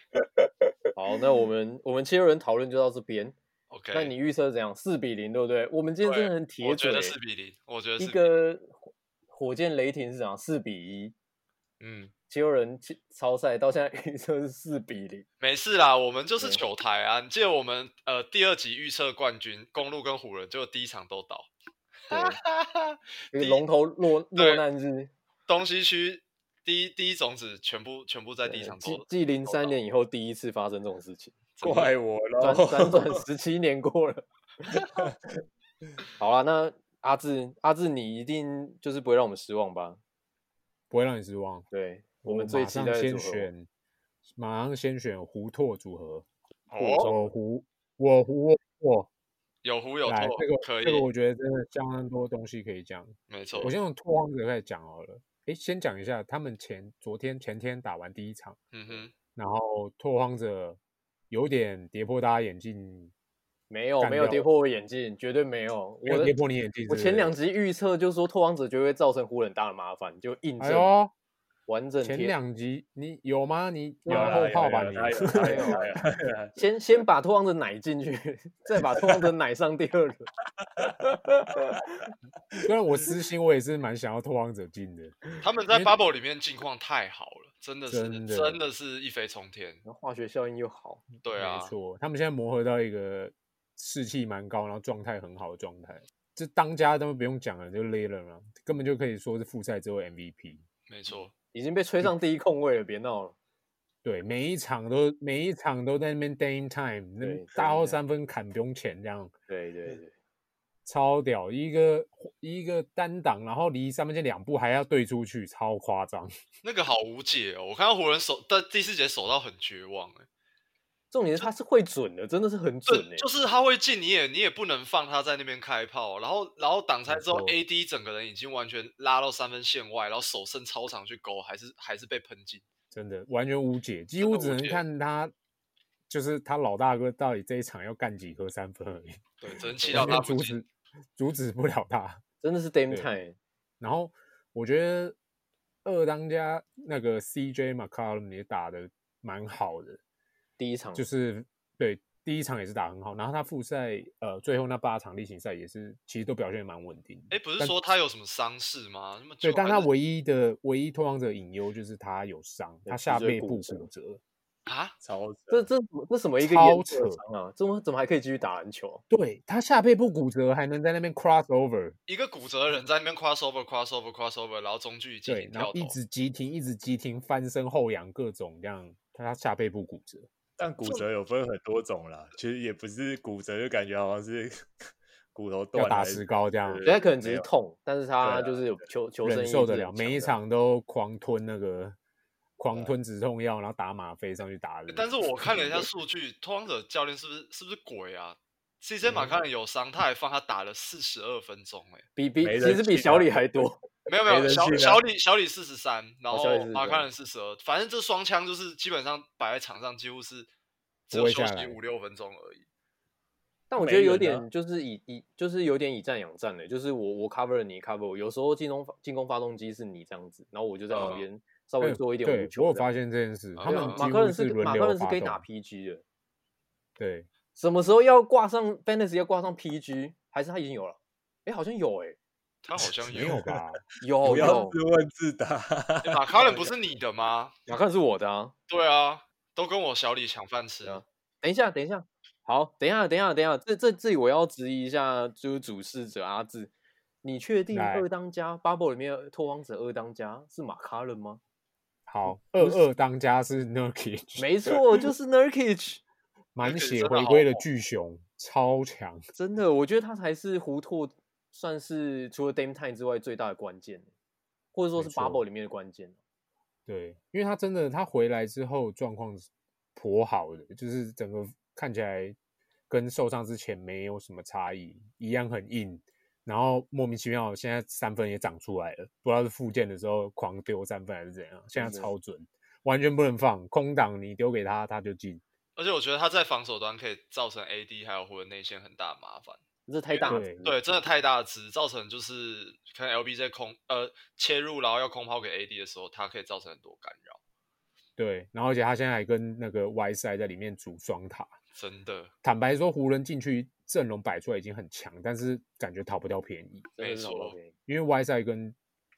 Speaker 2: 好，那我们我们七六人讨论就到这边。
Speaker 4: OK，
Speaker 2: 那你预测怎样？四比零，对不对？我们今天真的很
Speaker 4: 我
Speaker 2: 铁
Speaker 4: 觉
Speaker 2: 嘴欸，
Speaker 4: 得四比零，我觉得
Speaker 2: 一
Speaker 4: 是
Speaker 2: 个火火箭雷霆是怎样？四比一，
Speaker 4: 嗯，
Speaker 2: 七六人其超赛到现在预测是四比 零，
Speaker 4: 没事啦，我们就是
Speaker 2: 对
Speaker 4: 球台啊。你记得我们呃第二集预测冠军公路跟湖人，就第一场都倒，
Speaker 2: 对，
Speaker 4: 哈哈，
Speaker 2: 这个龙头落落
Speaker 4: 对
Speaker 2: 难日，
Speaker 4: 东西区第一第一种子全部全部在第一场
Speaker 2: 继
Speaker 4: 都
Speaker 2: 继零三年以后第一次发生这种事情，
Speaker 1: 怪我
Speaker 4: 哦
Speaker 2: 转 辗
Speaker 1: 喽。
Speaker 2: 转十七年过了。 好啊，那阿志，阿志，你一定就是不会让我们失望吧？
Speaker 3: 不会让你失望。
Speaker 2: 对
Speaker 3: 我
Speaker 2: 们最
Speaker 3: 马
Speaker 2: 期
Speaker 3: 上
Speaker 2: 待的
Speaker 3: 先
Speaker 2: 组合，
Speaker 3: 选，马上先选胡拓组合。
Speaker 4: 哦，
Speaker 3: 我胡我胡我拓，
Speaker 4: 有湖有
Speaker 3: 来
Speaker 4: 拓
Speaker 3: 这个，
Speaker 4: 可以
Speaker 3: 这，个我觉得真的相当多东西可以讲。
Speaker 4: 没错
Speaker 3: 我，先从拓荒者开始讲好了。诶，先讲一下他们前昨天前天打完第一场，
Speaker 4: 嗯哼，
Speaker 3: 然后拓荒者有点跌破大家眼镜，
Speaker 2: 没有
Speaker 3: 干
Speaker 2: 没有
Speaker 3: 掉
Speaker 2: 跌破我眼镜，绝对没有。
Speaker 3: 没有
Speaker 2: 我的
Speaker 3: 跌破你眼镜是
Speaker 2: 我
Speaker 3: 不
Speaker 2: 前
Speaker 3: 是
Speaker 2: 两集预测就说拓王者绝对会造成湖人大的麻烦，就印
Speaker 3: 哎
Speaker 2: 证、
Speaker 3: 呦，
Speaker 2: 完整
Speaker 3: 前
Speaker 2: 贴
Speaker 3: 两集你有吗？你
Speaker 1: 有
Speaker 3: 马
Speaker 1: 啦
Speaker 3: 后
Speaker 1: 有
Speaker 3: 炮
Speaker 1: 啦
Speaker 3: 吧
Speaker 1: 有
Speaker 3: 你？
Speaker 1: 啦他有他有他有啦
Speaker 2: 先先把拓王者奶进去，再把拓王者奶上第二轮。
Speaker 3: 虽然我私心我也是蛮想要拓荒者进的，
Speaker 4: 他们在 bubble 里面境况太好了，真的是
Speaker 3: 真的嗯
Speaker 4: 真的是一飞冲天，
Speaker 2: 然后化学效应又好，
Speaker 4: 对啊
Speaker 3: 没，错，他们现在磨合到一个士气蛮高，然后状态很好的状态。这当家都不用讲了，就勒了嘛，根本就可以说是复赛之后 MVP。
Speaker 4: 没错，
Speaker 2: 已经被吹上第一控位了，别闹了。
Speaker 3: 对，每一场都每一场都在那边 Dame Time，那边
Speaker 2: 对
Speaker 3: 大号
Speaker 2: Dame
Speaker 3: 三分砍不用钱，这样
Speaker 2: 对对对，
Speaker 3: 超屌！一个一个单挡，然后离三分线两步还要对出去，超夸张。
Speaker 4: 那个好无解哦。我看到湖人守在第四节守到很绝望，哎，
Speaker 2: 重点是他是会准的，真的是很准欸
Speaker 3: 欸
Speaker 2: 诶、
Speaker 4: 对，就是他会进，你也你也不能放他在那边开炮，然后然后挡拆之后
Speaker 3: 没错
Speaker 4: ，AD 整个人已经完全拉到三分线外，然后手伸超长去勾，还是还是被喷进。
Speaker 3: 真的完全无解，几
Speaker 4: 真的
Speaker 3: 乎
Speaker 4: 无
Speaker 3: 只能
Speaker 4: 解
Speaker 3: 看他，就是他老大哥到底这一场要干几颗三分而 已，
Speaker 4: 对，只能祈
Speaker 3: 完
Speaker 4: 祷他
Speaker 3: 全阻
Speaker 4: 不进。
Speaker 3: 止阻止不了他。
Speaker 2: 真的是 Dame
Speaker 3: 对
Speaker 2: time。
Speaker 3: 然后我觉得二当家那个 CJ McCollum 也打的蛮好的，
Speaker 2: 第一场
Speaker 3: 就是对第一场也是打很好，然后他复赛呃最后那八场例行赛也是其实都表现得蛮稳定的。
Speaker 4: 哎，不是
Speaker 3: 但
Speaker 4: 说他有什么伤势吗？那么
Speaker 3: 对，
Speaker 4: 久
Speaker 3: 但
Speaker 4: 还
Speaker 3: 他
Speaker 4: 是
Speaker 3: 唯一的唯一拓荒者隐忧就是他有伤，
Speaker 2: 有
Speaker 3: 他
Speaker 2: 脊
Speaker 3: 下
Speaker 2: 椎
Speaker 3: 背
Speaker 2: 骨
Speaker 3: 部
Speaker 2: 折
Speaker 3: 骨折，
Speaker 4: 啊，
Speaker 1: 超
Speaker 2: 这这
Speaker 1: 这
Speaker 2: 这什么一个
Speaker 3: 超
Speaker 2: 严重的
Speaker 3: 扯
Speaker 2: 伤啊？怎么怎么还可以继续打篮球啊、
Speaker 3: 对他下背部骨折还能在那边 cross over，
Speaker 4: 一个骨折的人在那边 crossover crossover crossover，然后中距进
Speaker 3: 对
Speaker 4: 行，
Speaker 3: 然
Speaker 4: 跳
Speaker 3: 后一
Speaker 4: 投，
Speaker 3: 直急停，一直急停，翻身后仰各种这样，他下背部骨折。
Speaker 1: 但骨折有分很多种啦，其实也不是骨折，就感觉好像是 骨头
Speaker 2: 啊
Speaker 1: 断
Speaker 3: 要
Speaker 1: 了
Speaker 3: 打
Speaker 1: 还是
Speaker 3: 石膏这样
Speaker 1: 对
Speaker 2: 所以他可能只
Speaker 1: 没
Speaker 2: 是
Speaker 1: 有
Speaker 2: 痛，但是他就是有求求生
Speaker 3: 啊忍
Speaker 2: 意
Speaker 3: 受得
Speaker 2: 志
Speaker 3: 了，
Speaker 2: 很强
Speaker 3: 每一
Speaker 2: 的啊
Speaker 3: 场都狂吞那个，狂吞止痛药，然后打吗啡上去打人。
Speaker 4: 但是我看了一下数据，拓荒者教练是不是是不是鬼啊？CJ 马卡人有伤，他还放他打了四十二分钟，哎，
Speaker 2: 比比
Speaker 1: 没
Speaker 2: 其
Speaker 1: 人
Speaker 2: 实比
Speaker 1: 性
Speaker 2: 小
Speaker 1: 啊
Speaker 2: 李还多，
Speaker 4: 没有没
Speaker 1: 没
Speaker 4: 有，
Speaker 1: 人
Speaker 4: 小
Speaker 1: 性啊
Speaker 4: 小李小李四十三，然
Speaker 2: 哦
Speaker 4: 后
Speaker 2: 小李43
Speaker 4: 马卡人四十二，反正这双枪就是基本上摆在场上几乎是
Speaker 3: 不
Speaker 4: 只有
Speaker 3: 会
Speaker 4: 休
Speaker 3: 下
Speaker 4: 息
Speaker 3: 来
Speaker 4: 五六分钟而已。
Speaker 2: 但我
Speaker 1: 没
Speaker 2: 觉得有
Speaker 1: 人
Speaker 2: 点
Speaker 1: 啊
Speaker 2: 就是以以就是有点以战养战的，就是我我 cover 了你也 cover 我，有时候进攻进攻发动机是你这样子，然后我就在
Speaker 4: 嗯
Speaker 2: 旁边稍
Speaker 3: 哎
Speaker 2: 微做一点
Speaker 3: 对
Speaker 2: 无
Speaker 3: 我
Speaker 2: 球
Speaker 3: 有
Speaker 2: 这样。
Speaker 3: 发现这件事，
Speaker 4: 啊
Speaker 3: 他
Speaker 2: 对
Speaker 3: 们
Speaker 2: 啊
Speaker 4: 们
Speaker 2: 马
Speaker 3: 几
Speaker 2: 克
Speaker 3: 乎
Speaker 2: 人是
Speaker 3: 轮
Speaker 2: 马
Speaker 3: 流
Speaker 2: 克人是
Speaker 3: 发
Speaker 2: 可以打
Speaker 3: 动
Speaker 2: PG 的，
Speaker 3: 对，
Speaker 2: 什么时候要挂上 fantasy 要挂上 PG，还是他已经有了？哎，好像有哎、
Speaker 4: 他好像
Speaker 3: 没有吧？
Speaker 2: 有
Speaker 1: 不哦要
Speaker 2: 有
Speaker 1: 自问自答。
Speaker 4: 欸马卡伦不是你的吗？
Speaker 2: 马克人是我的啊。
Speaker 4: 对啊，都跟我小李抢饭吃
Speaker 2: 对啊等一下，等一下，好，等一下，等一下，等一下，这这这里我要质疑一下，就是主事者阿志，你确定
Speaker 3: 来
Speaker 2: 二当家 bubble 里面的拓荒者二当家是马卡伦吗？
Speaker 3: 好，二二当家是 Nurkic，
Speaker 2: 没错，就是 Nurkic。
Speaker 3: 满
Speaker 4: Nurkic
Speaker 3: 血
Speaker 4: 真的
Speaker 3: 回
Speaker 4: 好
Speaker 3: 归的
Speaker 4: 猛
Speaker 3: 巨熊，超强。
Speaker 2: 真的，我觉得他才是胡拓算是除了 Dame Time 之外最大的关键，或者说
Speaker 3: 没
Speaker 2: 是
Speaker 3: 错
Speaker 2: Bubble 里面的关键。
Speaker 3: 对，因为他真的他回来之后状况是颇好的，就是整个看起来跟受伤之前没有什么差异，一样很硬。然后莫名其妙，现在三分也长出来了，不知道是复健的时候狂丢三分还是怎样，现在
Speaker 2: 真的
Speaker 3: 超准，完全不能放空档，你丢给他他就进。
Speaker 4: 而且我觉得他在防守端可以造成 AD 还有湖人内线很大的麻烦。
Speaker 2: 这太大了，
Speaker 3: 对
Speaker 4: 对，真的太大的值，造成就是可能 LBJ 空呃切入，然后要空抛给 AD 的时候，他可以造成很多干扰，
Speaker 3: 对，然后而且他现在还跟那个 Y 塞在里面组双塔。
Speaker 4: 真的
Speaker 3: 坦白说，湖人进去阵容摆出来已经很强，但是感觉讨不掉便宜。
Speaker 2: 真的是
Speaker 4: 没
Speaker 2: 老
Speaker 4: 错
Speaker 2: 便宜
Speaker 3: 因为 Y 赛跟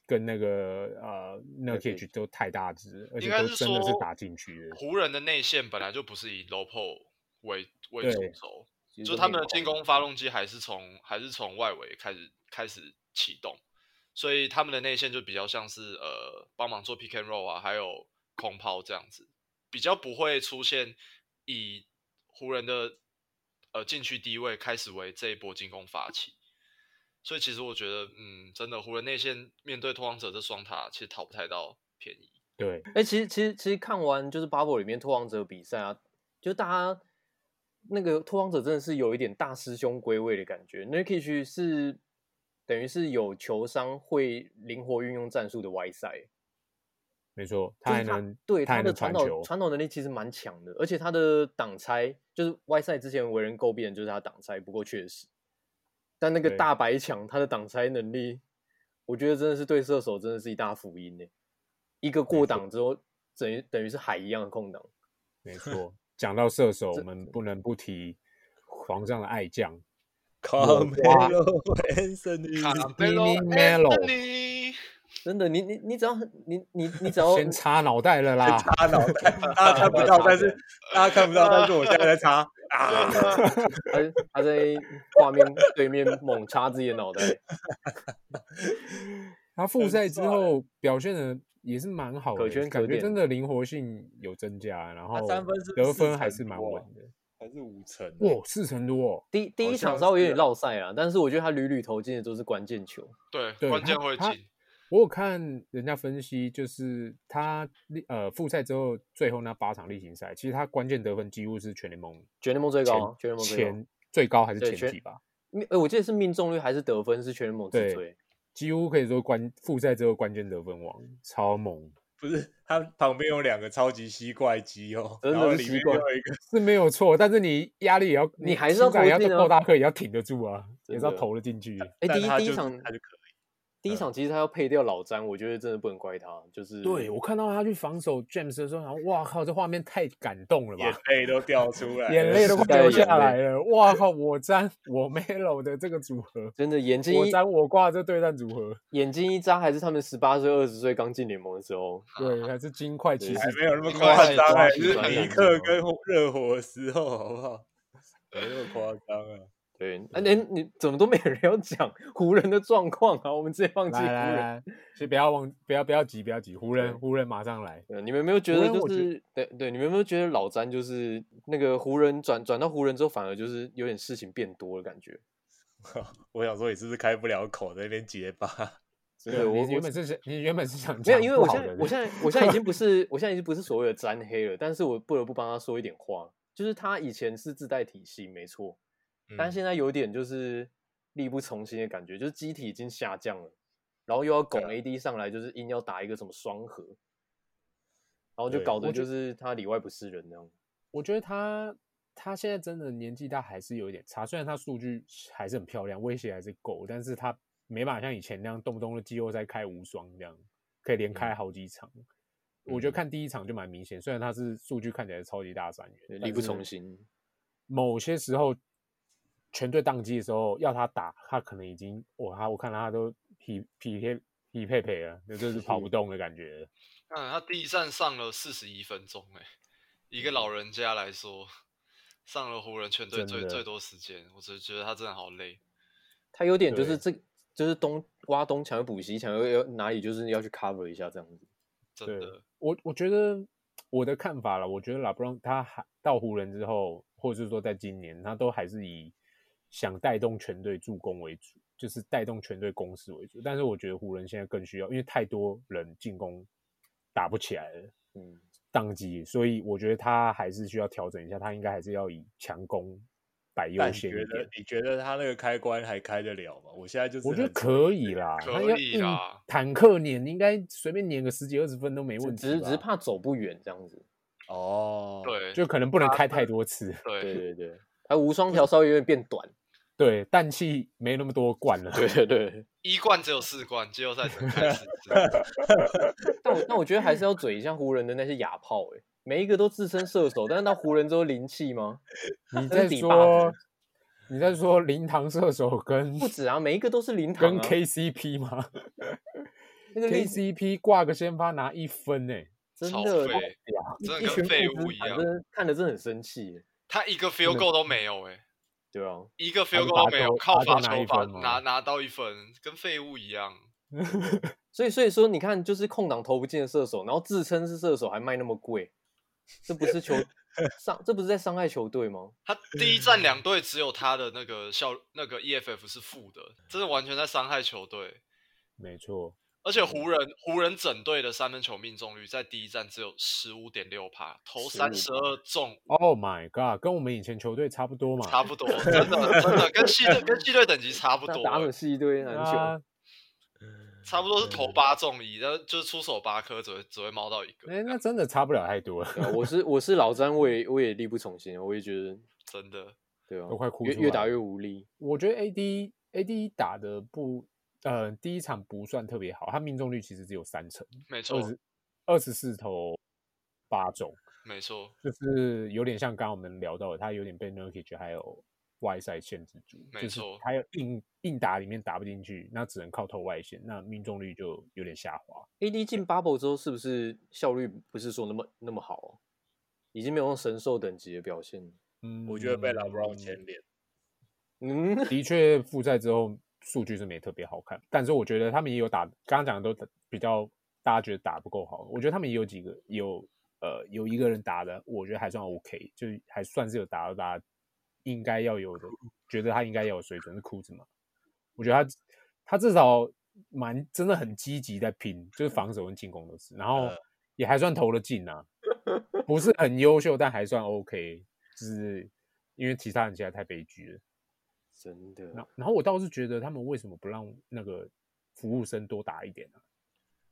Speaker 3: 跟那个呃 n u r k i c 都太大只，而且
Speaker 4: 应该
Speaker 3: 都
Speaker 4: 是
Speaker 3: 真的
Speaker 4: 说
Speaker 3: 是打进去的。
Speaker 4: 湖人的内线本来就不是以 low post 为为
Speaker 3: 对
Speaker 4: 主轴，
Speaker 2: 其实
Speaker 4: 就是
Speaker 2: 都
Speaker 4: 他
Speaker 2: 没有
Speaker 4: 们的进
Speaker 2: 好
Speaker 4: 攻发动机还是从还是从外围开始开始启动，所以他们的内线就比较像是呃帮忙做 pick and roll 啊，还有空抛这样子，比较不会出现以湖人的呃禁区低位开始为这一波进攻发起。所以其实我觉得，嗯，真的湖人内线面对拓荒者这双塔，其实讨不太到便宜。
Speaker 3: 对，
Speaker 2: 哎、其实其实其实看完就是 Bubble 里面拓王者比赛啊，就大家那个拓王者真的是有一点大师兄归位的感觉。Nurkic 是等于是有球商会灵活运用战术的 Y 赛，
Speaker 3: 没错，
Speaker 2: 就
Speaker 3: 他还
Speaker 2: 是
Speaker 3: 能
Speaker 2: 对
Speaker 3: 他还
Speaker 2: 他的
Speaker 3: 能
Speaker 2: 传
Speaker 3: 传
Speaker 2: 导
Speaker 3: 球，
Speaker 2: 传导能力其实蛮强的，而且他的挡拆就是 Y 赛之前为人诟病的就是他挡拆不够确实，但那个
Speaker 3: 对
Speaker 2: 大白墙他的挡拆能力，我觉得真的是对射手真的是一大福音呢。一个过
Speaker 3: 错
Speaker 2: 挡之后，等于等于是海一样的空档。
Speaker 3: 没错。讲到射手，我们不能不提皇上的爱将
Speaker 1: Carmelo Anthony
Speaker 4: 卡
Speaker 1: is-
Speaker 4: 梅隆
Speaker 3: Melo
Speaker 4: 安东尼
Speaker 2: 真的，你你你只要你 你你只要
Speaker 3: 先插脑袋了啦，
Speaker 1: 插脑袋，大家看不到，但是大家看不到，但是我现在在插啊，
Speaker 2: 他他在画面对面猛插自己的 脑袋，
Speaker 3: 他复赛之后表现的也是蛮好的，
Speaker 2: 可圈可
Speaker 3: 感觉
Speaker 2: 点
Speaker 3: 真的灵活性有增加，然后
Speaker 1: 三分是不是
Speaker 3: 得分
Speaker 1: 四
Speaker 3: 还
Speaker 1: 成
Speaker 3: 是蛮
Speaker 1: 多
Speaker 3: 稳
Speaker 1: 啊
Speaker 3: 的。
Speaker 1: 还是五成啊。
Speaker 3: 哇，四成多哦，
Speaker 2: 第第
Speaker 1: 好
Speaker 2: 一场
Speaker 1: 像
Speaker 2: 稍微有
Speaker 1: 是
Speaker 2: 点
Speaker 1: 啊
Speaker 2: 落赛啊，但是我觉得他屡屡投进的都是关键球。
Speaker 4: 对，
Speaker 3: 对
Speaker 4: 关键
Speaker 3: 他
Speaker 4: 会
Speaker 3: 他
Speaker 4: 进。
Speaker 3: 我有看人家分析，就是他呃复赛之后最后那八场例行赛，其实他关键得分几乎是全联盟
Speaker 2: 全联盟最
Speaker 3: 前
Speaker 2: 高啊，全联盟最高
Speaker 3: 前。最高还是
Speaker 2: 对
Speaker 3: 前
Speaker 2: 全
Speaker 3: 几吧，
Speaker 2: 命呃，我记得是命中率还是得分是全联盟
Speaker 3: 对
Speaker 2: 之最。
Speaker 3: 几乎可以说关复赛之后关键得分王超猛，
Speaker 1: 不是，它旁边有两个超级吸怪机哦，
Speaker 2: 真的
Speaker 1: 然后
Speaker 2: 是
Speaker 1: 里
Speaker 2: 吸
Speaker 1: 面
Speaker 2: 怪
Speaker 1: 有一个
Speaker 3: 是没有错，但是你压力也要
Speaker 2: 你还是要
Speaker 3: 膝盖也要
Speaker 2: 投进啊
Speaker 3: 够大颗，也要挺得住啊，也是要
Speaker 2: 真的
Speaker 3: 投得进去。
Speaker 2: 哎，
Speaker 1: 但
Speaker 2: 第一
Speaker 1: 他
Speaker 2: 第一
Speaker 1: 就
Speaker 2: 场
Speaker 1: 他就可以，
Speaker 2: 第一场其实他要配掉老詹，我觉得真的不能怪他，就是
Speaker 3: 嗯对我看到他去防守 James 的时候，然后哇靠，这画面太感动了
Speaker 1: 眼
Speaker 3: 吧，
Speaker 1: 泪都掉出来了，
Speaker 3: 眼泪都
Speaker 2: 时
Speaker 3: 快流
Speaker 2: 代眼
Speaker 3: 下来
Speaker 2: 泪
Speaker 3: 了。哇靠，我沾我 Melo 的这个组合，
Speaker 2: 真的眼睛
Speaker 3: 我
Speaker 2: 一
Speaker 3: 沾我挂这对战组合，
Speaker 2: 眼睛一眨，还是他们十八岁二十岁刚进联盟的时候。
Speaker 3: 对，还是金块骑
Speaker 2: 对
Speaker 1: 还
Speaker 3: 士
Speaker 1: 没有那么
Speaker 4: 你
Speaker 1: 夸
Speaker 4: 快
Speaker 1: 张
Speaker 2: 抓
Speaker 3: 啊
Speaker 1: 哎，
Speaker 2: 起
Speaker 1: 就是
Speaker 2: 来
Speaker 1: 尼
Speaker 2: 眼睛
Speaker 1: 克
Speaker 2: 吧
Speaker 1: 跟热火的时候，好不好？没那么夸张啊，
Speaker 2: 对，
Speaker 3: 嗯
Speaker 2: 哎、你你怎么都没有人要讲湖人的状况啊？我们直接放弃湖
Speaker 3: 来来
Speaker 2: 人。
Speaker 3: 来，先不要忘，不要不要急，不要急，湖人
Speaker 2: 对
Speaker 3: 湖人马上来。
Speaker 2: 对，呃你们有没有觉
Speaker 3: 湖
Speaker 2: 得
Speaker 3: 人
Speaker 2: 就
Speaker 3: 我觉
Speaker 2: 是对对，你们有没有觉得老詹就是那个湖人转转到湖人之后，反而就是有点事情变多的感觉？
Speaker 1: 啊 我想说你是不是开不了口在那边结巴？
Speaker 2: 真的，我
Speaker 3: 啊你原
Speaker 2: 我
Speaker 3: 本是想，你原本是 想
Speaker 2: 没有，
Speaker 3: 讲
Speaker 2: 因为
Speaker 3: 不
Speaker 2: 我
Speaker 3: 好
Speaker 2: 现在
Speaker 3: 的
Speaker 2: 我现在我现在已经不是我现在已经不是所谓的詹黑了，但是我不得不帮他说一点话，就是他以前是自带体系没错，但
Speaker 1: 嗯
Speaker 2: 现在有点就是力不从心的感觉，就是机体已经下降了，然后又要
Speaker 3: 啊
Speaker 2: 拱 AD 上来，就是硬要打一个什么双核，然后就
Speaker 1: 对
Speaker 2: 搞得
Speaker 3: 我觉
Speaker 2: 就是他里外不是人那样。
Speaker 3: 我觉得他他现在真的年纪大，还是有一点差。虽然他数据还是很漂亮，威胁还是够，但是他没办法像以前那样动不动的季后赛开无双这样，可以连开好几场。我觉得
Speaker 1: 嗯
Speaker 3: 看第一场就蛮明显，虽然他是数据看起来是超级大三
Speaker 2: 对
Speaker 3: 元，
Speaker 2: 力不从。心。
Speaker 3: 某些时候全队宕机的时候，要他打，他可能已经我他我看他都疲疲疲疲惫惫了，就是跑不动的感觉了。
Speaker 4: 看他第一站上了四十一分钟，哎，一个老人家来说，上了湖人全队
Speaker 3: 嗯真
Speaker 4: 最
Speaker 3: 的
Speaker 4: 最多时间，我只是觉得他真的好累。
Speaker 2: 他有点就是
Speaker 3: 对
Speaker 2: 这，就是东挖东墙又补西墙，又又哪里就是要去 cover 一下这样子。
Speaker 4: 真
Speaker 3: 对
Speaker 4: 的，
Speaker 3: 我我觉得我的看法了，我觉得拉布朗他还到湖人之后，或者是说在今年，他都还是以想带动全队助攻为主，就是带动全队攻势为主。但是我觉得湖人现在更需要，因为太多人进攻打不起来了，
Speaker 2: 嗯，
Speaker 3: 宕机，所以我觉得他还是需要调整一下，他应该还是要以强攻摆优
Speaker 1: 但你
Speaker 3: 先
Speaker 1: 觉
Speaker 3: 一
Speaker 1: 得
Speaker 3: 点。
Speaker 1: 你觉得他那个开关还开得了吗？我现在就是
Speaker 3: 我觉得
Speaker 1: 很
Speaker 3: 可以啦，
Speaker 4: 可
Speaker 3: 他要
Speaker 4: 以
Speaker 3: 硬
Speaker 4: 啦
Speaker 3: 坦克碾应该随便碾个十几二十分都没问题
Speaker 2: 只是只是
Speaker 3: 吧
Speaker 2: 怕走不远这样子。
Speaker 1: 哦，，
Speaker 4: 对
Speaker 3: 就可能不能开太多次。
Speaker 2: 对
Speaker 4: 对，
Speaker 2: 对对，他无双条稍微有点变 短。
Speaker 3: 对，氮气没那么多罐了。
Speaker 2: 对对对，
Speaker 4: 一冠只有四冠，季后赛只能开四 次。
Speaker 2: 但我但我觉得还是要嘴一下湖人的那些哑炮、欸，每一个都自称射手，但是到湖人之后灵气吗？
Speaker 3: 你
Speaker 2: 真
Speaker 3: 在
Speaker 2: 是顶把
Speaker 3: 说
Speaker 2: 子
Speaker 3: 你在说灵堂射手跟
Speaker 2: 不止啊，每一个都是灵堂
Speaker 3: 跟
Speaker 2: 啊。
Speaker 3: KCP 吗？
Speaker 1: 那个例子
Speaker 3: KCP 挂个先发拿一分欸呢、
Speaker 2: 真
Speaker 4: 超
Speaker 2: 的
Speaker 4: 废
Speaker 2: 一
Speaker 4: 真的
Speaker 2: 一
Speaker 4: 跟
Speaker 2: 群
Speaker 4: 废
Speaker 2: 物
Speaker 4: 物
Speaker 2: 资
Speaker 4: 一
Speaker 2: 党
Speaker 4: 样
Speaker 2: 真的看的真的很生气耶。
Speaker 4: 他一个 field goal 都没有哎、
Speaker 2: 对啊，
Speaker 4: 一个
Speaker 3: 他
Speaker 4: field
Speaker 3: 是
Speaker 4: goal
Speaker 3: 罚
Speaker 4: 都没有，
Speaker 3: 球
Speaker 4: 靠
Speaker 3: 罚球
Speaker 4: 罚
Speaker 3: 拿
Speaker 4: 球
Speaker 3: 一
Speaker 4: 罚
Speaker 3: 分吗
Speaker 4: 拿拿到一分，跟废物一样。
Speaker 2: 所以所以说你看，就是空档投不进的射手，然后自称是射手还卖那么贵，这不 是球伤，这不是在伤害球队吗？
Speaker 4: 他第一站两队只有他的那个效那个 EFF 是负的，这是完全在伤害球队。
Speaker 3: 没错，
Speaker 4: 而且湖人湖人整队的三分球命中率在第一站只有十五点六帕，投三十二中
Speaker 3: ，Oh my god，跟我们以前球队差不多嘛，
Speaker 4: 差不多，真的真的跟系队跟系队等级差不
Speaker 2: 那
Speaker 4: 多
Speaker 2: 打
Speaker 4: 了
Speaker 2: 很，细一堆篮球，
Speaker 3: 啊
Speaker 4: 差不多是投八中一，但就是出手八颗只会只会猫到一
Speaker 3: 哎、
Speaker 4: 个，
Speaker 3: 那真的差不了太多了，
Speaker 2: 对啊我是我是老詹，我也我也力不从心，我也觉得
Speaker 4: 真的。
Speaker 2: 对啊，
Speaker 3: 都快哭
Speaker 2: 越
Speaker 3: 出
Speaker 2: 越
Speaker 3: 来
Speaker 2: 打
Speaker 3: 了
Speaker 2: 越无力。
Speaker 3: 我觉得 AD AD 打的不，呃，第一场不算特别好，他命中率其实只有三成，
Speaker 4: 没错
Speaker 3: 二，十二十四投八中，
Speaker 4: 没错，
Speaker 3: 就是有点像刚刚我们聊到的，他有点被 Nurkic 还有外赛限制住，
Speaker 4: 没
Speaker 3: 就是
Speaker 4: 错
Speaker 3: 他有硬硬打里面打不进去，那只能靠投外线，那命中率就有点下滑。
Speaker 2: AD 进 bubble 之后，是不是效率不是说那么那么好、啊？已经没有用神兽等级的表现了。
Speaker 3: 嗯，
Speaker 1: 我觉得被 LeBron 牵连。
Speaker 2: 嗯，
Speaker 3: 的确复赛之后数据是没特别好看，但是我觉得他们也有打，刚刚讲的都比较大家觉得打不够好，我觉得他们也有几个有呃有一个人打的，我觉得还算 OK，就是还算是有达到大家应该要有的，觉得他应该要有水准是库兹嘛，我觉得他他至少蛮真的很积极在拼，就是防守跟进攻都是，然后
Speaker 1: 呃
Speaker 3: 也还算投了进啊，不是很优秀，但还算 OK，就是因为其他人现在太悲剧了。
Speaker 2: 真
Speaker 3: 然
Speaker 2: 的，
Speaker 3: 然后我倒是觉得他们为什么不让那个服务生多打一点呢、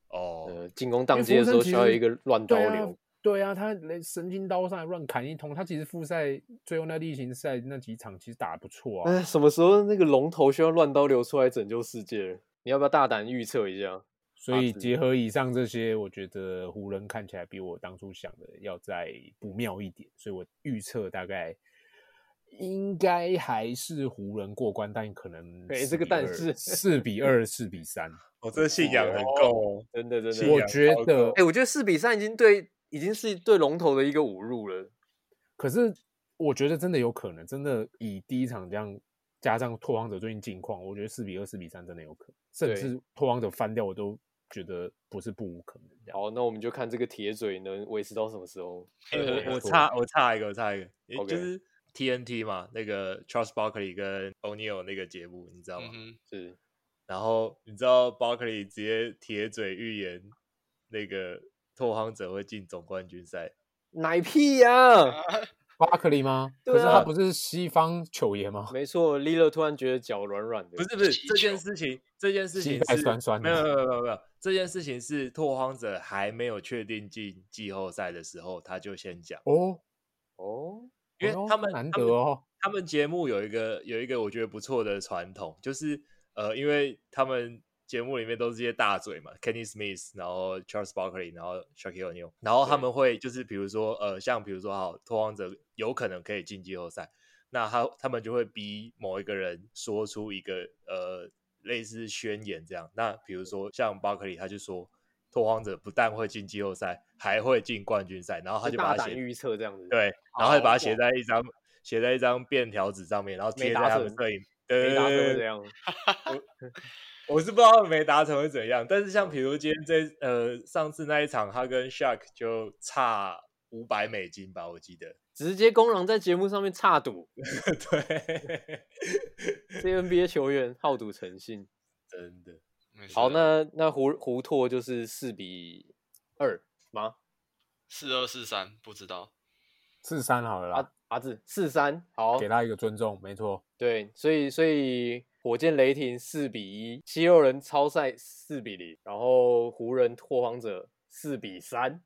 Speaker 3: 啊
Speaker 1: 哦，
Speaker 2: 呃，进攻
Speaker 3: 因
Speaker 2: 当
Speaker 3: 为
Speaker 2: 机的
Speaker 3: 服
Speaker 2: 时候
Speaker 3: 务生其
Speaker 2: 需要
Speaker 3: 实
Speaker 2: 一个乱刀
Speaker 3: 对啊
Speaker 2: 流，
Speaker 3: 对啊，他连神经刀上来乱砍一通，他其实复赛最后那例行赛那几场其实打得不错
Speaker 2: 哎、
Speaker 3: 啊。
Speaker 2: 什么时候那个龙头需要乱刀流出来拯救世界了？你要不要大胆预测一下？
Speaker 3: 所以
Speaker 2: 啊是
Speaker 3: 结合以上这些，我觉得湖人看起来比我当初想的要再不妙一点，所以我预测大概应该还是湖人过关，但可能
Speaker 2: 哎
Speaker 3: 4
Speaker 2: 这个
Speaker 3: 比
Speaker 2: 但
Speaker 3: 2
Speaker 2: 是
Speaker 3: 四比二、四比三，
Speaker 1: 我这信仰很够哦。
Speaker 2: 真的，真
Speaker 1: 信
Speaker 2: 的，
Speaker 1: 仰
Speaker 3: 我觉
Speaker 1: 超
Speaker 3: 得
Speaker 1: 够
Speaker 2: 哎、我觉得四比三已经对，已经是对龙头的一个侮辱了。
Speaker 3: 可是我觉得真的有可能，真的以第一场这样加上拓荒者最近近况，我觉得四比二、四比三真的有可能，甚
Speaker 2: 对
Speaker 3: 至拓荒者翻掉，我都觉得不是不无可能这样。
Speaker 2: 好，那我们就看这个铁嘴能维持到什么时候。
Speaker 1: 哎我我
Speaker 3: 错
Speaker 1: 插我插一个，我插一个，也
Speaker 2: OK
Speaker 1: 就是 TNT 嘛，那个 Charles Barkley 跟 O'Neal 那个节目，你知道吗？
Speaker 4: 嗯哼，
Speaker 2: 是，
Speaker 1: 然后你知道 Barkley 直接铁嘴预言那个拓荒者会进总冠军赛，
Speaker 2: 奶屁呀、
Speaker 3: 哦巴克利吗？
Speaker 2: 对
Speaker 3: 可是他
Speaker 2: 啊
Speaker 3: 不是西方球爷吗？
Speaker 2: 没错，利勒突然觉得脚软软的，哦
Speaker 1: 不是不是
Speaker 4: 气
Speaker 1: 这件
Speaker 4: 球
Speaker 1: 事情，这件事
Speaker 3: 膝
Speaker 1: 情
Speaker 3: 盖
Speaker 1: 是
Speaker 3: 酸酸
Speaker 1: 没有
Speaker 3: 的
Speaker 1: 没有没有没有，这件事情是拓荒者还没有确定进季后赛的时候，他就先讲，
Speaker 3: 哦，
Speaker 2: 哦，
Speaker 1: 因为
Speaker 3: 哎呦
Speaker 1: 他们、
Speaker 3: 难
Speaker 1: 他
Speaker 3: 得
Speaker 1: 们
Speaker 3: 哦，
Speaker 1: 他们节目有一个有一个我觉得不错的传统，就是呃，因为他们节目里面都是一些大嘴嘛，Kenny Smith，然后 Charles Barkley，然后 Shaquille O'Neal，然后他
Speaker 2: 对
Speaker 1: 们会就是比如说呃，像比如说好，拓荒者有可能可以进季后赛，那他他们就会逼某一个人说出一个呃类似宣言这样。那比如说像巴克利，他就说拓荒者不但会进季后赛，还会进冠军赛，然后他
Speaker 2: 就
Speaker 1: 就
Speaker 2: 大
Speaker 1: 把它
Speaker 2: 胆
Speaker 1: 写
Speaker 2: 预测这样子。
Speaker 1: 对，然后他就把它写
Speaker 2: 哇
Speaker 1: 在一张写在一张便条纸上面，然后
Speaker 2: 没
Speaker 1: 贴
Speaker 2: 达
Speaker 1: 在他们
Speaker 2: 成
Speaker 1: 摄影。
Speaker 2: 没达成会
Speaker 1: 对
Speaker 2: 这样。
Speaker 1: 我是不知道没达成会怎样，但是像比如今天这呃上次那一场，他跟 Shark 就差五百美金吧，我记得。
Speaker 2: 直接公然在节目上面插赌
Speaker 1: 对，
Speaker 2: ，CNBA 球员好赌成 性。
Speaker 1: 真的。
Speaker 4: 没事
Speaker 2: 好，
Speaker 4: 的
Speaker 2: 那那胡胡拓就是四比二吗？
Speaker 4: 四二四三不知道，
Speaker 3: 四三好了
Speaker 2: 阿
Speaker 3: 啦，
Speaker 2: 阿志四三，好
Speaker 1: 啊
Speaker 3: 给，他一个尊重，没错。
Speaker 2: 对，所以所以火箭雷霆四比一，七六人超赛四比零，然后湖人拓荒者四比三。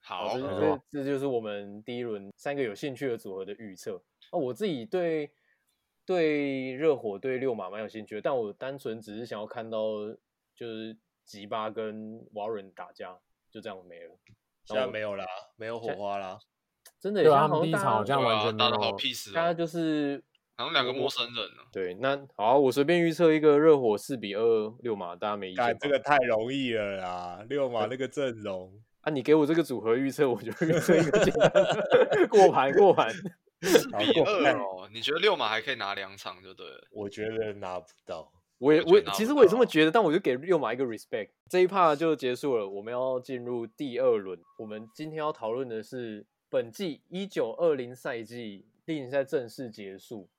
Speaker 4: 好
Speaker 2: 好，这，
Speaker 3: 没
Speaker 2: 就
Speaker 3: 错
Speaker 2: 是这就是我们第一轮三个有兴趣的组合的预测。哦，我自己对对热火对六马蛮有兴趣的，但我单纯只是想要看到就是吉巴跟瓦伦打架，就这样没了。
Speaker 1: 现在没有啦，没有火花啦。
Speaker 2: 真的，
Speaker 3: 对
Speaker 2: 现
Speaker 3: 啊，
Speaker 2: 在
Speaker 3: 他
Speaker 2: 好
Speaker 3: 们
Speaker 2: 像
Speaker 3: 第一
Speaker 2: 大
Speaker 3: 场好
Speaker 2: 家
Speaker 3: 像
Speaker 4: 对
Speaker 3: 完
Speaker 4: 啊
Speaker 3: 全没
Speaker 4: 打的好
Speaker 3: 有，
Speaker 4: 屁事
Speaker 2: 大家
Speaker 4: 哦，
Speaker 2: 就是
Speaker 4: 好像两个陌生人呢、
Speaker 2: 对，那好，我随便预测一个热火四比二六马，大家没意见吧
Speaker 1: 干这个太容易了啦，六马那个阵 容，
Speaker 2: 啊，你给我这个组合预测，我就预测一个简 单过盘过盘。
Speaker 4: 四
Speaker 1: 好
Speaker 4: 比
Speaker 1: 过分
Speaker 4: 二哦。你觉得六马还可以拿两场就对了。
Speaker 1: 我觉得拿不到。
Speaker 2: 我也
Speaker 4: 我觉
Speaker 2: 我
Speaker 4: 得拿嗯
Speaker 2: 其
Speaker 4: 不
Speaker 2: 实我也
Speaker 4: 到
Speaker 2: 这么觉得，但我就给六马一个 respect。这一 part 就结束了，我们要进入第二轮。我们今天要讨论的是本季一九二零赛季例行赛正式结束，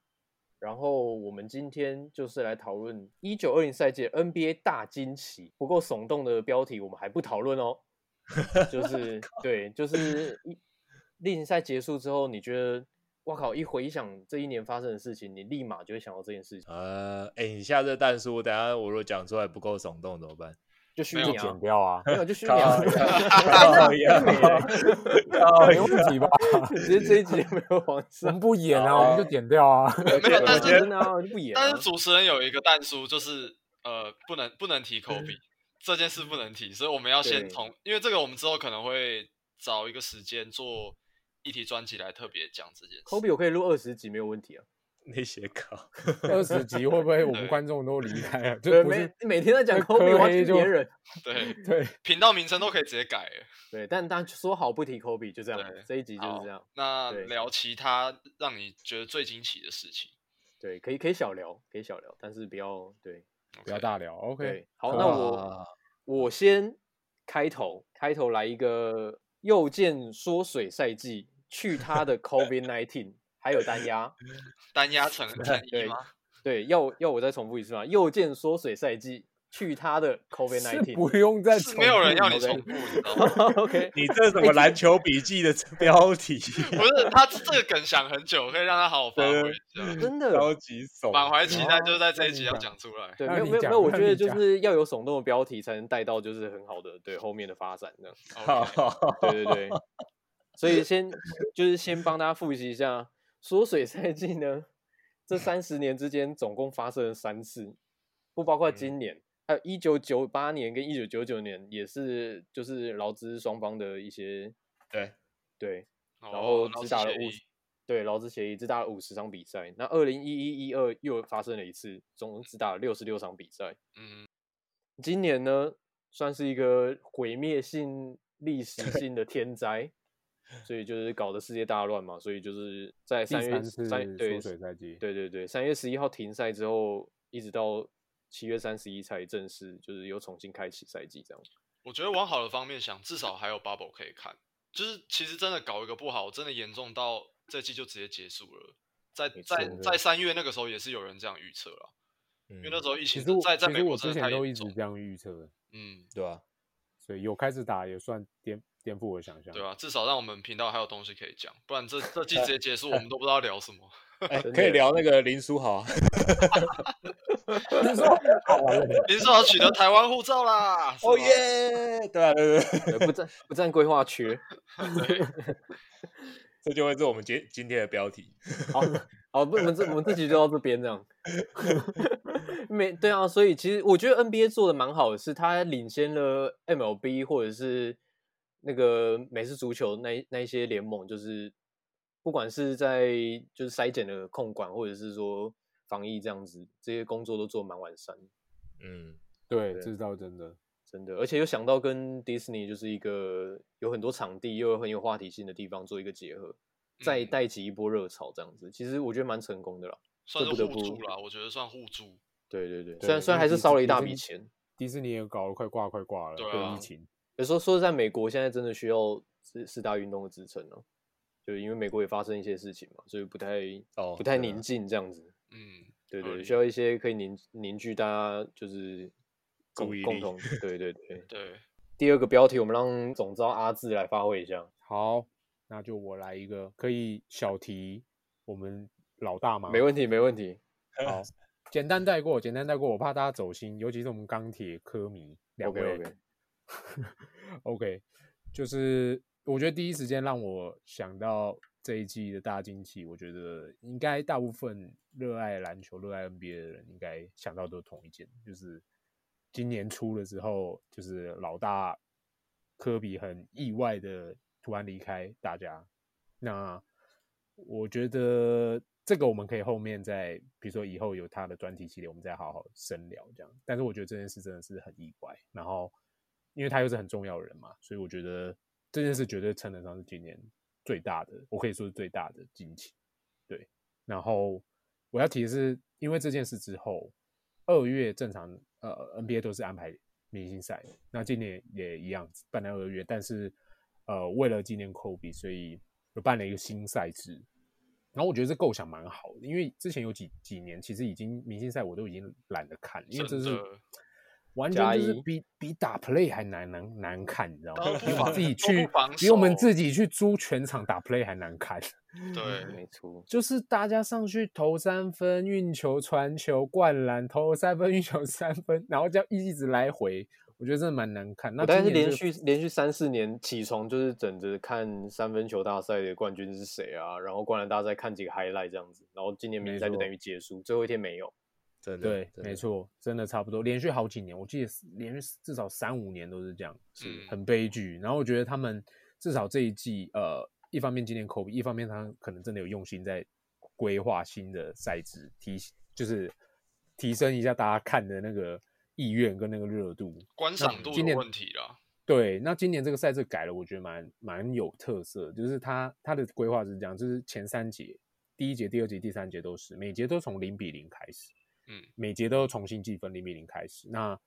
Speaker 2: 然后我们今天就是来讨论一九二零赛季的 NBA 大惊奇。不够耸动的标题我们还不讨论 哦，就是对，就是一例行赛结束之后，你觉得？哇靠！一回想这一年发生的事情，你立马就会想到这件事情，
Speaker 1: 呃，哎、你下这蛋叔，等下我如果讲出来不够耸动怎么办？
Speaker 2: 就虚
Speaker 4: 没有
Speaker 2: 拟啊
Speaker 3: 剪，掉 啊，
Speaker 2: 没有就虚拟啊
Speaker 1: 靠，靠呀！
Speaker 3: 没问 题吧？
Speaker 2: 直接这一集没有往
Speaker 3: 我
Speaker 2: 上，
Speaker 3: 们不演啊，我们就剪掉 啊。
Speaker 4: 没有，但
Speaker 2: 我
Speaker 4: 是
Speaker 2: 觉得啊，我就不演
Speaker 4: 但
Speaker 2: 了
Speaker 4: 是。主持人有一个蛋叔，就是呃，不能不能提科比这件事不能提，所以我们要先
Speaker 2: 对
Speaker 4: 从，因为这个我们之后可能会找一个时间做议题专辑来特别讲这件事。
Speaker 2: 科比我可以录二十集没有问题啊，
Speaker 1: 那些靠，
Speaker 3: 二十集会不会我们
Speaker 4: 对
Speaker 3: 观众都离 开了？
Speaker 2: 对，
Speaker 3: 就不
Speaker 2: 每
Speaker 3: 是
Speaker 2: 每天在讲
Speaker 3: 那
Speaker 2: 科比，
Speaker 3: 科
Speaker 2: 我要
Speaker 3: 黑
Speaker 2: 听
Speaker 3: 就
Speaker 2: 别人。
Speaker 4: 对，
Speaker 3: 对，
Speaker 4: 频道名称都可以直接改了。
Speaker 2: 对，但但说好不提科比，就这样
Speaker 4: 对，
Speaker 2: 这一集就是
Speaker 4: 好
Speaker 2: 这样。
Speaker 4: 那
Speaker 2: 对
Speaker 4: 聊其他让你觉得最惊奇的事情。
Speaker 2: 对，可以可以小聊，可以小聊，但是不要对
Speaker 3: 不要大聊。OK，啊
Speaker 2: 对。好，
Speaker 1: 哦
Speaker 3: 好
Speaker 2: 那我我先开头，开头来一个右键缩水赛季，去他的 COVID nineteen，还有单压。
Speaker 4: 单压乘乘一
Speaker 2: 对
Speaker 4: 吗？
Speaker 2: 对，要要我再重复一次吗？右键缩水赛季，去他的 COVID
Speaker 3: 是
Speaker 2: nineteen。
Speaker 3: 不用再
Speaker 4: 是没有人要你
Speaker 2: 重
Speaker 4: 重
Speaker 2: 复
Speaker 4: 复，你知道吗？
Speaker 2: OK，
Speaker 1: 你这什么篮球笔记的标题？
Speaker 4: 不是，他这个梗想很久，可以让他好好发挥
Speaker 1: 对
Speaker 4: 一下。
Speaker 2: 真的
Speaker 1: 超级怂，
Speaker 4: 满怀期待，就是在这一
Speaker 3: 那
Speaker 4: 集
Speaker 3: 你
Speaker 4: 要
Speaker 3: 讲
Speaker 4: 讲出来。
Speaker 2: 对，
Speaker 3: 那
Speaker 2: 没有
Speaker 3: 你
Speaker 2: 没有没
Speaker 3: 讲
Speaker 2: 有，我
Speaker 3: 那
Speaker 2: 觉得
Speaker 3: 你
Speaker 2: 就
Speaker 3: 讲
Speaker 2: 是要有耸动的标题，才能带到就是很好的对后面的发展这样。
Speaker 1: 靠
Speaker 4: OK，
Speaker 2: 对对对，所以先就是先帮大家复习一下缩水赛季呢，这三十年之间总共发生了三次，不包
Speaker 3: 嗯
Speaker 2: 括今年，还有一九九八年跟一九九九年也是就是劳资双方的一些
Speaker 1: 对
Speaker 2: 对，
Speaker 4: 然
Speaker 2: 然后
Speaker 4: 劳
Speaker 2: 只
Speaker 4: 资
Speaker 2: 打了
Speaker 4: 哦协
Speaker 2: 哦五
Speaker 4: 议
Speaker 2: 十，对，劳资协议只打了五十场比赛。那二零一一一二又发生了一次，总共只打了六十六场比赛。
Speaker 4: 嗯，
Speaker 2: 今年呢，算是一个毁灭性、历史性的天灾，所以就是搞得世界大乱嘛。所以就是在
Speaker 3: 第
Speaker 2: 三月
Speaker 3: 三次
Speaker 2: 三对
Speaker 3: 缩水赛季，
Speaker 2: 对对对，三月十一号停赛之后，一直到七月三十一才正式就是又重新开启赛季这样。
Speaker 4: 我觉得往好的方面想，至少还有 bubble 可以看。就是其实真的搞一个不好，真的严重到这季就直接结束了。在
Speaker 2: 没
Speaker 4: 在
Speaker 2: 错
Speaker 4: 在三月那个时候也是有人这样预测了，
Speaker 1: 嗯
Speaker 4: 因为那时候疫
Speaker 3: 其
Speaker 4: 情
Speaker 3: 实我
Speaker 4: 在在
Speaker 3: 其
Speaker 4: 美
Speaker 3: 实
Speaker 4: 国
Speaker 3: 我
Speaker 4: 真
Speaker 3: 之
Speaker 4: 的太
Speaker 3: 前都一
Speaker 4: 严
Speaker 3: 直
Speaker 4: 重
Speaker 3: 这。样预测的，
Speaker 4: 嗯，
Speaker 1: 对啊 吧、
Speaker 3: 所以有开始打也算颠颠覆我的想象。
Speaker 4: 对啊，至少让我们频道还有东西可以讲，不然这这季直接结束，我们都不知道聊什 么。
Speaker 1: 哎、
Speaker 2: 真
Speaker 1: 可以
Speaker 2: 的
Speaker 1: 聊那个林书豪啊，
Speaker 3: 你说好玩了，
Speaker 4: 林书豪取得台湾护照啦！是
Speaker 1: 哦
Speaker 4: 吗！
Speaker 1: 耶， 对啊，对对对，
Speaker 2: 对呃不占不占规划缺，
Speaker 1: 这就会是我们今今天的标题。
Speaker 2: 好，好，哦不，我们这我们自己就到这边这样。 没对啊，所以其实我觉得 NBA 做的蛮好的，是它领先了 MLB 或者是那个美式足球那一那一些联盟，就是不管是在就是筛检的控管，或者是说防疫这样子，这些工作都做得蛮完善的，
Speaker 1: 嗯，
Speaker 3: 对，
Speaker 2: 对
Speaker 3: 这倒真的。
Speaker 2: 真的。而且又想到跟 Disney 就是一个有很多场地又很有话题性的地方做一个结合，再
Speaker 4: 嗯
Speaker 2: 带起一波热潮这样子，其实我觉得蛮成功的啦。
Speaker 4: 算
Speaker 2: 这
Speaker 4: 是
Speaker 2: 不得
Speaker 4: 互助
Speaker 2: 不
Speaker 4: 啦，我觉得算互助。
Speaker 2: 对对对，
Speaker 3: 对
Speaker 2: 虽然虽然
Speaker 3: 因为
Speaker 2: 还是
Speaker 3: 迪
Speaker 2: 烧
Speaker 3: 士
Speaker 2: 了一大
Speaker 3: 迪士
Speaker 2: 笔
Speaker 3: 尼
Speaker 2: 钱，
Speaker 3: 迪士尼也搞得快挂快挂了，
Speaker 4: 对
Speaker 3: 对
Speaker 4: 啊
Speaker 3: 疫情，
Speaker 2: 有时候说是在美国现在真的需要四四大运动的支撑了、就因为美国也发生一些事情嘛，所以不太
Speaker 1: 哦
Speaker 2: 不太
Speaker 1: 对啊哦
Speaker 2: 宁静这样子。
Speaker 4: 嗯，
Speaker 2: 对
Speaker 4: 合
Speaker 2: 对，
Speaker 4: 理
Speaker 2: 需要一些可以凝凝聚大家就是共
Speaker 1: 注意
Speaker 2: 共
Speaker 1: 力
Speaker 2: 同。对 对对。
Speaker 4: 对，
Speaker 2: 第二个标题，我们让总招阿志来发挥一下。
Speaker 3: 好，那就我来一个，可以小题，我们老大嘛，
Speaker 2: 没问题，没问题。
Speaker 1: 哦
Speaker 3: 好，简单带过，简单带过，我怕大家走心，尤其是我们钢铁科迷两
Speaker 2: OK
Speaker 3: 位。
Speaker 2: OK。
Speaker 3: OK，就是我觉得第一时间让我想到这一季的大惊喜，我觉得应该大部分热爱篮球、热爱 NBA 的人应该想到都是同一件，就是今年初的时候，就是老大科比很意外的突然离开大家。那我觉得这个我们可以后面再，比如说以后有他的专题系列，我们再好好深聊这样。但是我觉得这件事真的是很意外，然后因为他又是很重要的人嘛，所以我觉得这件事绝对称得上是今年最大的，我可以说是最大的惊奇。对，然后我要提的是，因为这件事之后，二月正常呃 NBA 都是安排明星赛，那今年也一样办在二月，但是呃为了纪念科比，所以又办了一个新赛制。然后我觉得这构想蛮好的，因为之前有几几年其实已经明星赛我都已经懒得看，因为这
Speaker 4: 真
Speaker 3: 是
Speaker 4: 的
Speaker 3: 完全就
Speaker 2: 加
Speaker 3: 是
Speaker 2: 一
Speaker 3: 比比打 play 还难难难看，你知道吗
Speaker 4: 都？不
Speaker 3: 比我们
Speaker 4: 防
Speaker 3: 自己
Speaker 4: 都不
Speaker 3: 去
Speaker 4: 防，
Speaker 3: 比我们
Speaker 4: 守
Speaker 3: 自己去租全场打 play 还难看。
Speaker 4: 对，
Speaker 3: 嗯
Speaker 2: 没错，
Speaker 3: 就是大家上去投三分、运球、传球、灌篮、投三分、运球、三分，然后这样一直来回，我觉得真的蛮难看。那
Speaker 2: 我大概哦是
Speaker 3: 今年
Speaker 2: 连
Speaker 3: 这
Speaker 2: 续连续三四年起床就是等着看三分球大赛的冠军是谁啊，然后灌篮大赛看几个 highlight 这样子，然后今年明星
Speaker 3: 没
Speaker 2: 赛就
Speaker 3: 错
Speaker 2: 等于结束，最后一天没有。
Speaker 1: 真的
Speaker 3: 对，
Speaker 1: 真
Speaker 3: 没
Speaker 1: 的
Speaker 3: 错，真的差不多，连续好几年，我记得是连续至少三五年都是这样，
Speaker 4: 是
Speaker 2: 嗯
Speaker 3: 很悲剧。然后我觉得他们至少这一季，呃，一方面纪念科比，一方面他可能真的有用心在规划新的赛制，提就是提升一下大家看的那个意愿跟那个热度。
Speaker 4: 观赏度
Speaker 3: 今
Speaker 4: 有
Speaker 3: 年
Speaker 4: 问题啦。
Speaker 3: 对，那今年这个赛制改了，我觉得蛮蛮有特色。就是它它的规划是这样，就是前三节，第一节、第二节、第三节都是，每节都从零比零开始，
Speaker 4: 嗯，
Speaker 3: 每节都重新计分零比零开始。那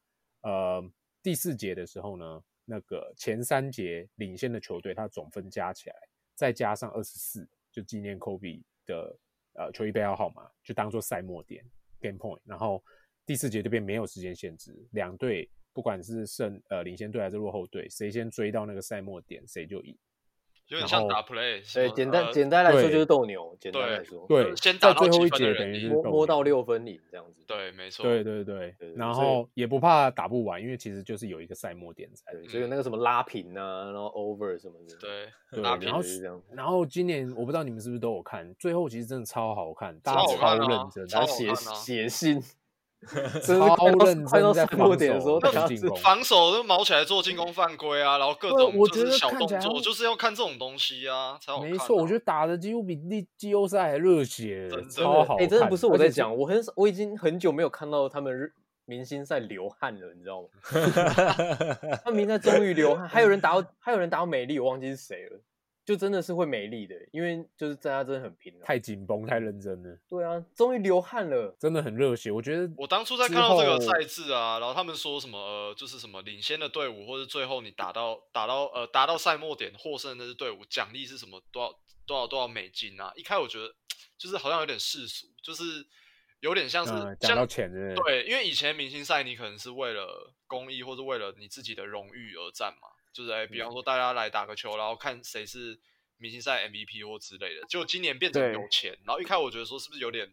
Speaker 3: 呃，第四节的时候呢，那个前三节领先的球队，它总分加起来再加上二十四，就纪念科比的呃球衣背号号码，就当做赛末点 game point，然后第四节这边没有时间限制，两队不管是胜呃领先队还是落后队，谁先追到那个赛末点谁就赢。
Speaker 4: 有点
Speaker 3: 然
Speaker 4: 像
Speaker 3: 后
Speaker 4: 打 play，
Speaker 2: 对，简单
Speaker 4: 呃
Speaker 2: 简单来说
Speaker 3: 对
Speaker 2: 就是斗牛，简单
Speaker 4: 对
Speaker 2: 来说，
Speaker 3: 对，
Speaker 4: 先打
Speaker 3: 在
Speaker 4: 到
Speaker 3: 最后
Speaker 4: 几
Speaker 3: 一
Speaker 4: 分的
Speaker 3: 节
Speaker 4: 人
Speaker 3: 等于
Speaker 4: 赢
Speaker 3: 是
Speaker 2: 摸
Speaker 3: 斗
Speaker 2: 摸
Speaker 3: 牛
Speaker 2: 到六分领这样子。
Speaker 4: 对，没错，
Speaker 3: 对对对
Speaker 2: 对，
Speaker 3: 然
Speaker 2: 所以
Speaker 3: 后也不怕打不完，因为其实就是有一个赛末点在。
Speaker 2: 对，所以有那个什么拉平啊，然后 over 什么的，
Speaker 4: 嗯对，
Speaker 3: 对，
Speaker 4: 拉
Speaker 2: 平
Speaker 3: 然后
Speaker 2: 就是这样
Speaker 3: 然后今年我不知道你们是不是都有看，最后其实真的超好看，大
Speaker 4: 超
Speaker 3: 家
Speaker 4: 好看啊
Speaker 3: 认真，
Speaker 4: 超
Speaker 2: 然
Speaker 4: 好啊
Speaker 2: 后写
Speaker 4: 看啊
Speaker 2: 写信， 真是
Speaker 3: 超
Speaker 2: 快到
Speaker 3: 认
Speaker 2: 快到
Speaker 3: 真在
Speaker 2: 三
Speaker 3: 防
Speaker 2: 落点的时
Speaker 3: 守
Speaker 2: 候，
Speaker 3: 跟
Speaker 2: 大家
Speaker 3: 进
Speaker 2: 是
Speaker 3: 攻
Speaker 4: 防守都毛起来做进攻犯规啊，然后各
Speaker 3: 对
Speaker 4: 种
Speaker 3: 我
Speaker 4: 就
Speaker 3: 觉
Speaker 4: 是
Speaker 3: 得
Speaker 4: 小
Speaker 3: 看
Speaker 4: 动
Speaker 3: 起来
Speaker 4: 作，
Speaker 3: 会
Speaker 4: 就是要看这种东西啊，才好看啊。
Speaker 3: 没错，我觉得打的几乎比季季后赛还热血
Speaker 4: 真的，
Speaker 3: 超好
Speaker 2: 哎、
Speaker 3: 看。
Speaker 2: 真的不是我
Speaker 3: 而且
Speaker 2: 在讲，我很少我已经很久没有看到他们日明星赛流汗了，你知道吗？他们明星赛终于流汗，还有人打 到，还有人打到美丽，我忘记是谁了，就真的是会美丽的，因为就是大家真的很拼、啊。
Speaker 3: 太紧绷、太认真了，
Speaker 2: 对啊，终于流汗了，
Speaker 3: 真的很热血。我觉得
Speaker 4: 我当初在
Speaker 3: 之
Speaker 4: 看到这个
Speaker 3: 后
Speaker 4: 赛制啊，然后他们说什么呃，就是什么领先的队伍，或者最后你打到打到呃达到赛末点获胜的那支队伍，奖励是什么多少多少多少美金啊？一开始我觉得就是好像有点世俗，就是有点像是
Speaker 3: 嗯，讲
Speaker 4: 像
Speaker 3: 到钱的，
Speaker 4: 对，因为以前明星赛你可能是为了公益或者为了你自己的荣誉而战嘛，就是哎，比方说大家来打个球，然后看谁是明星赛 MVP 或之类的。就今年变成
Speaker 2: 对
Speaker 4: 有钱，然后一开始我觉得说是不是有点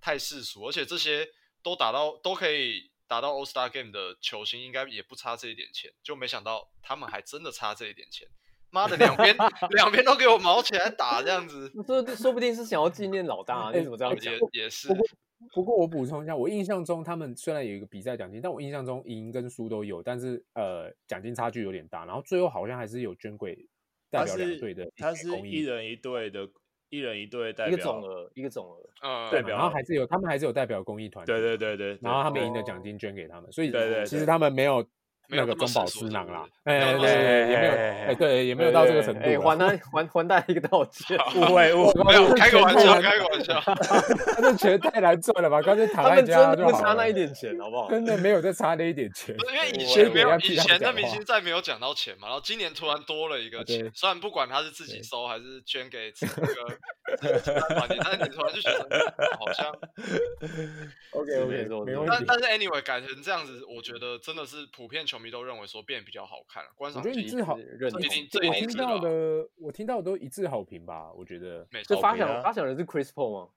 Speaker 4: 太世俗，而且这些都打到都可以打到 All Star Game 的球星，应该也不差这一点钱，就没想到他们还真的差这一点钱。妈的，两边两边都给我毛起来打这 样子，
Speaker 2: 说说不定是想要纪念老大、
Speaker 3: 哎
Speaker 2: 你怎么这样讲
Speaker 4: 也？也是
Speaker 3: 不过不过我补充一下，我印象中他们虽然有一个比赛奖金，但我印象中赢跟输都有，但是呃奖金差距有点大，然后最后好像还是有捐给代
Speaker 1: 他
Speaker 3: 表两
Speaker 1: 是
Speaker 3: 队的一
Speaker 1: 他
Speaker 3: 些
Speaker 1: 是
Speaker 3: 公
Speaker 1: 一
Speaker 3: 益。
Speaker 1: 人一队的，一人一队代
Speaker 2: 一
Speaker 1: 表
Speaker 2: 个总额，一个总额，
Speaker 4: 嗯，
Speaker 1: 代
Speaker 3: 嘛
Speaker 1: 表
Speaker 3: 然后还是有他们还是有代表公益团体
Speaker 1: 对
Speaker 3: 嘛，
Speaker 1: 对对对，对
Speaker 3: 然后他们
Speaker 1: 对
Speaker 3: 赢的奖金捐给他们，所以
Speaker 1: 对对
Speaker 3: 其
Speaker 1: 对
Speaker 3: 实他们没有
Speaker 4: 没
Speaker 3: 那
Speaker 4: 有
Speaker 3: 个
Speaker 4: 那么
Speaker 3: 中饱
Speaker 4: 世俗
Speaker 3: 私
Speaker 4: 是
Speaker 3: 囊
Speaker 4: 不
Speaker 3: 啦
Speaker 4: 是，
Speaker 3: 哎
Speaker 4: 没有那
Speaker 3: 对
Speaker 4: 么
Speaker 3: 对，
Speaker 4: 世俗
Speaker 3: 对也没有
Speaker 1: 哎哎哎
Speaker 3: 哎对也没有到这个程度
Speaker 2: 哎、
Speaker 3: 啦，
Speaker 2: 还 他还还大家一个道歉。
Speaker 1: 误会误会
Speaker 4: 没有开个玩笑，
Speaker 3: 他
Speaker 4: 开个玩笑。
Speaker 3: 这钱太难赚了吧？干脆躺
Speaker 2: 他
Speaker 3: 在
Speaker 2: 们真
Speaker 3: 家
Speaker 2: 的
Speaker 3: 就
Speaker 2: 不
Speaker 3: 好
Speaker 2: 差那一
Speaker 3: 了，
Speaker 2: 点钱，好 不好？
Speaker 3: 真的没有再差那一点 钱
Speaker 4: 不。是因为以
Speaker 2: 我
Speaker 4: 前
Speaker 2: 也
Speaker 4: 没
Speaker 2: 不
Speaker 4: 有
Speaker 2: 要
Speaker 4: 以
Speaker 3: 替他们
Speaker 4: 前的
Speaker 3: 讲
Speaker 4: 明
Speaker 3: 话
Speaker 4: 星赛没有讲到钱嘛，然后今年突然多了一个
Speaker 3: 啊对
Speaker 4: 钱，虽然不管他是自己
Speaker 3: 对
Speaker 4: 收还是 捐给这个这个慈善团体，但是你突然就觉得嗯好 像，
Speaker 3: OK
Speaker 2: 是
Speaker 3: OK，
Speaker 2: 没错
Speaker 3: 没
Speaker 2: 是
Speaker 3: 问
Speaker 4: 但
Speaker 3: 题。
Speaker 4: 但是 anyway 改成这样子，我觉得真的是普遍球迷都认为说变比较好看了，观
Speaker 3: 我
Speaker 4: 赏
Speaker 3: 觉得
Speaker 4: 性
Speaker 3: 一致好，
Speaker 2: 认
Speaker 4: 这一
Speaker 2: 同，
Speaker 4: 定这一
Speaker 3: 我
Speaker 4: 定
Speaker 3: 听
Speaker 4: 是
Speaker 3: 到
Speaker 4: 吧
Speaker 3: 的我听到的都一致好评吧？我觉得
Speaker 4: 没
Speaker 2: 这
Speaker 4: 错，
Speaker 2: 发
Speaker 1: 评
Speaker 2: 想
Speaker 1: 啊
Speaker 2: 发想人是 Chris Paul 吗？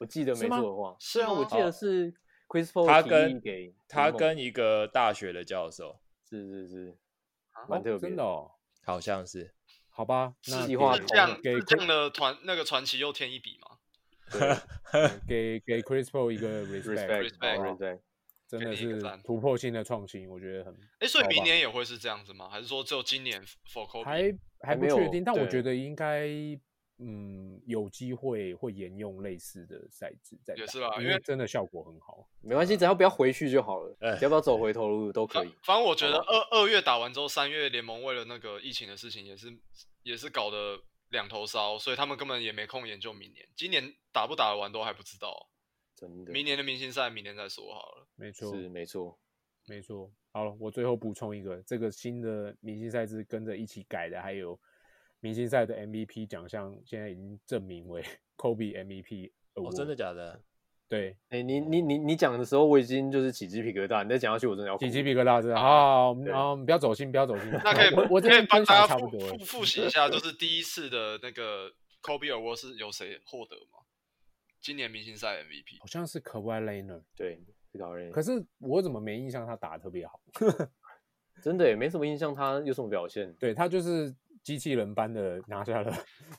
Speaker 2: 我记得
Speaker 3: 是
Speaker 2: 没
Speaker 3: 吗
Speaker 2: 错的话，
Speaker 4: 是
Speaker 2: 对啊，我
Speaker 4: 吗
Speaker 2: 记得是 Chris Paul
Speaker 1: 他
Speaker 2: 提议
Speaker 1: 跟
Speaker 2: 给
Speaker 1: 他
Speaker 2: 联盟
Speaker 1: 跟一个大学的教授，
Speaker 2: 是是是
Speaker 4: 啊，
Speaker 2: 蛮特
Speaker 3: 哦
Speaker 2: 别
Speaker 3: 真的哦，
Speaker 1: 好像是，
Speaker 3: 好吧，
Speaker 4: 是
Speaker 3: 那
Speaker 2: 计划
Speaker 4: 是这样
Speaker 3: 给
Speaker 4: 是这样的团那个传奇又添一笔嘛，
Speaker 3: 给给 Chris Paul 一个 respect，
Speaker 2: respect
Speaker 4: 好不好
Speaker 2: respect，
Speaker 3: 真的
Speaker 4: 给你一个
Speaker 3: 是
Speaker 4: 赞
Speaker 3: 突破性的创新，我觉得很
Speaker 4: 哎，所以
Speaker 3: 好
Speaker 4: 明
Speaker 3: 吧
Speaker 4: 年也会是这样子吗？还是说只有今年 for Kobe？
Speaker 3: 还还
Speaker 2: 还
Speaker 3: 不
Speaker 2: 没
Speaker 3: 确
Speaker 2: 有
Speaker 3: 定，但我
Speaker 2: 对
Speaker 3: 觉得应该嗯有机会会沿用类似的赛制在打，
Speaker 4: 也是啦
Speaker 3: 因
Speaker 4: 因为
Speaker 3: 为真的效果很好。
Speaker 5: 没关系，只要不要回去就好了
Speaker 1: 哎，
Speaker 5: 只要不要走回头路都可以。
Speaker 4: 反正我觉得二二月打完之后，三月联盟为了那个疫情的事情，也是也是搞得两头烧，所以他们根本也没空研究明年。今年打不打得完都还不知道，
Speaker 5: 真的
Speaker 4: 明年的明星赛明年再说好了。
Speaker 3: 没错，
Speaker 5: 是没错，
Speaker 3: 没错。好了，我最后补充一个，这个新的明星赛制跟着一起改的，还有明星赛的 MVP 奖项，现在已经证明为 Kobe MVP
Speaker 1: 哦，
Speaker 3: award
Speaker 1: 真的假的？
Speaker 3: 对，
Speaker 5: 哎、你你你你讲的时候，我已经就是起鸡皮疙瘩。你再讲下去，我
Speaker 4: 哦
Speaker 5: 真的要哭
Speaker 3: 起
Speaker 5: 了。
Speaker 3: 鸡皮疙瘩，真的。好，
Speaker 5: 对
Speaker 3: 好，我们不要走心，不要走心。
Speaker 4: 啊那可以，
Speaker 3: 我我这
Speaker 4: 可以
Speaker 3: 边
Speaker 4: 帮
Speaker 3: 分
Speaker 4: 大
Speaker 3: 享
Speaker 4: 家
Speaker 3: 差不
Speaker 4: 复
Speaker 3: 多了
Speaker 4: 复。复习一下，就是第一次的那个 Kobe Award 是由谁获得吗？今年明星赛 MVP
Speaker 3: 好像是 Kawhi Leonard，
Speaker 5: 对，这个好像
Speaker 3: 可是我怎么没印象他打得特别好？
Speaker 5: 真的也没什么印象，他有什么表现？
Speaker 3: 对他就是机器人般的拿下了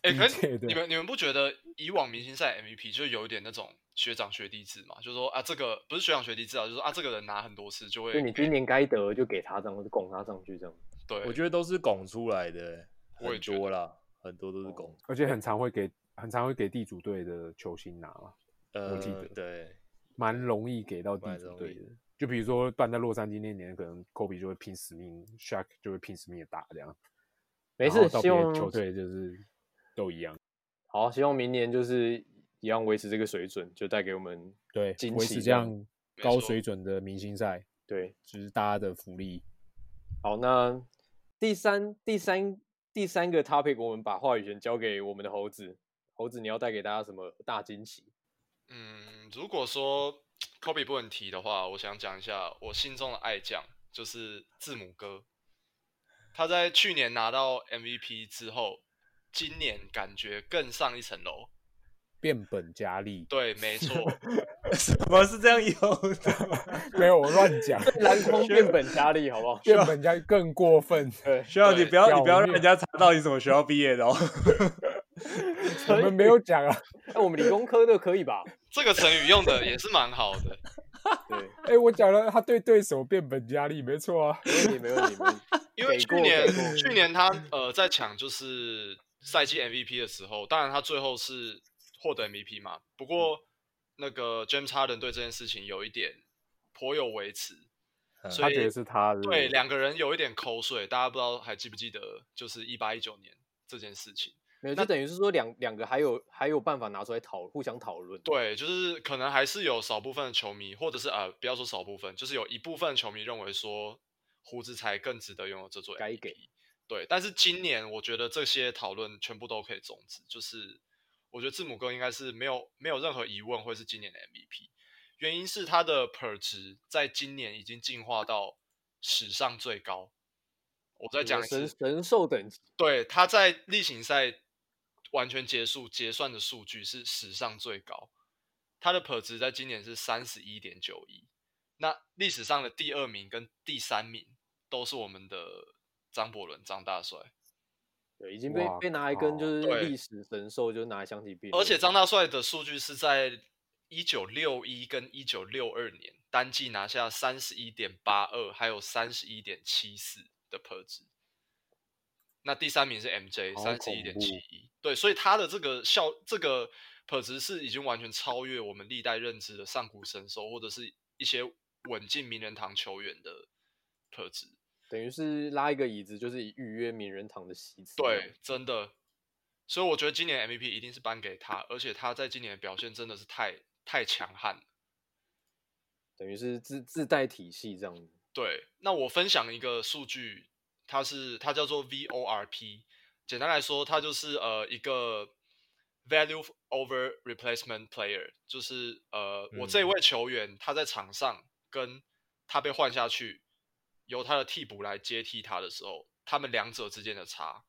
Speaker 4: 哎、
Speaker 3: 第
Speaker 4: 可
Speaker 3: 一
Speaker 4: 是
Speaker 3: 届的
Speaker 4: 你们你们不觉得以往明星赛 MVP 就有一点那种学长学弟制嘛？就是说啊，这个不是学长学弟制啊，就是说啊，这个人拿很多次就
Speaker 5: 就
Speaker 4: 会
Speaker 5: 你今年该得就给他这样，拱他上去这样。
Speaker 4: 对，
Speaker 1: 我觉得都是拱出来的，
Speaker 4: 我也
Speaker 1: 很
Speaker 4: 觉得
Speaker 1: 多啦，很多都是拱。
Speaker 3: 而且很常会给很常会给地主队的球星拿嘛，
Speaker 1: 呃，
Speaker 3: 记得
Speaker 1: 对，
Speaker 3: 蛮容易给到地
Speaker 1: 蛮
Speaker 3: 主
Speaker 1: 容
Speaker 3: 队
Speaker 1: 易
Speaker 3: 的。就比如说办在洛杉矶那年，可能 Kobe 就会拼死命，Shaq 就会拼死命的打这样。
Speaker 5: 没
Speaker 3: 然
Speaker 5: 事，
Speaker 3: 后到
Speaker 5: 希
Speaker 3: 别的
Speaker 5: 望
Speaker 3: 球队就是都一样，
Speaker 5: 好，希望明年就是一样维持这个水准，就带给我们
Speaker 3: 对
Speaker 5: 惊，
Speaker 3: 维
Speaker 5: 喜
Speaker 3: 持
Speaker 5: 这
Speaker 3: 这
Speaker 5: 样
Speaker 3: 样
Speaker 4: 没
Speaker 3: 高
Speaker 4: 错
Speaker 3: 水准的明星赛，
Speaker 5: 对。
Speaker 3: 就是大家的福利。
Speaker 5: 好，那第三第三第三个 topic，我们把话语权交给我们的猴子。猴子，你要带给大家什么大惊 喜？
Speaker 4: 嗯，如果说 Kobe 不能提的话，我想讲一下我心中的爱将，就是字母哥。他在去年拿到 MVP 之后，今年感觉更上一层楼。
Speaker 3: 变本加厉，
Speaker 4: 对，没错，
Speaker 1: 什么是这样用的？
Speaker 3: 没有我乱讲，
Speaker 5: 篮筐变本加厉，好不 好？
Speaker 3: 变本加厉更过分。
Speaker 1: 需要你
Speaker 4: 对
Speaker 1: 不要
Speaker 3: 表
Speaker 1: 你不要让
Speaker 3: 面
Speaker 1: 人家查到你什么学校毕业的哦。
Speaker 3: 我 们没有讲啊，
Speaker 5: 哎，我们理工科的可以吧？
Speaker 4: 这个成语用的也是蛮好的。
Speaker 5: 对，
Speaker 3: 哎、我讲了，他对对手变本加厉，没错啊。
Speaker 5: 没问题，没问题，没问题。
Speaker 4: 因为
Speaker 5: 给
Speaker 4: 去
Speaker 5: 过给
Speaker 4: 年
Speaker 5: 过
Speaker 4: 去年他呃在抢就是赛季 MVP 的时候，当然他最后是获得 MVP 嘛。
Speaker 5: 嗯
Speaker 4: 不过那个 James Harden 对这件事情有一点颇有维持，
Speaker 1: 嗯
Speaker 4: 所
Speaker 3: 他
Speaker 4: 以
Speaker 3: 觉得是他的，
Speaker 4: 对，两个人有一点口水，大家不知道还记不记得，就是一八一九年这件事情。
Speaker 5: 没有，就等于是说两两个还有还有办法拿出来讨互相讨论。
Speaker 4: 对，就是可能还是有少部分的球迷，或者是啊、呃不要说少部分，就是有一部分球迷认为说胡子才更值得拥有这座 MVP,
Speaker 5: 该给
Speaker 4: 对，但是今年我觉得这些讨论全部都可以终止，就是我觉得字母哥应该是没有没有任何疑问会是今年的 MVP，原因是他的 per 值在今年已经进化到史上最高。我再讲一次
Speaker 5: 神，神兽等级，
Speaker 4: 对，他在例行赛完全结束结算的数据是史上最高，他的 per 值在今年是三十一点九一，那历史上的第二名跟第三名都是我们的张伯伦张大帅，
Speaker 5: 对，已经被
Speaker 3: 哇
Speaker 5: 被拿来跟就
Speaker 3: 靠
Speaker 5: 是
Speaker 4: 对
Speaker 5: 历史神兽就拿来相提并论。
Speaker 4: 而且张大帅的数据是在一九六一跟一九六二年单季拿下三十一点八二，还有三十一点七四的 per 值。那第三名是 MJ
Speaker 3: 好
Speaker 4: 三十一
Speaker 3: 恐
Speaker 4: 点
Speaker 3: 怖
Speaker 4: 七一，对，所以他的这个效这个 per 值是已经完全超越我们历代认知的上古神兽或者是一些稳进名人堂球员的 per 值。
Speaker 5: 等于是拉一个椅子，就是以预约名人堂的席次。
Speaker 3: 嗯
Speaker 4: 对，，真的。所以我觉得今年 MVP 一定是颁给他，而且他在今年的表现真的是太太强悍了。
Speaker 5: 等于是自自带体系这样子。
Speaker 4: 对，那我分享一个数据，它是它叫做 VORP，简单来说，它就是呃一个 value over replacement player，就是呃我这
Speaker 1: 嗯
Speaker 4: 位球员他在场上跟他被换下去，由他的替补来接替他的时候，他们两者之间的差，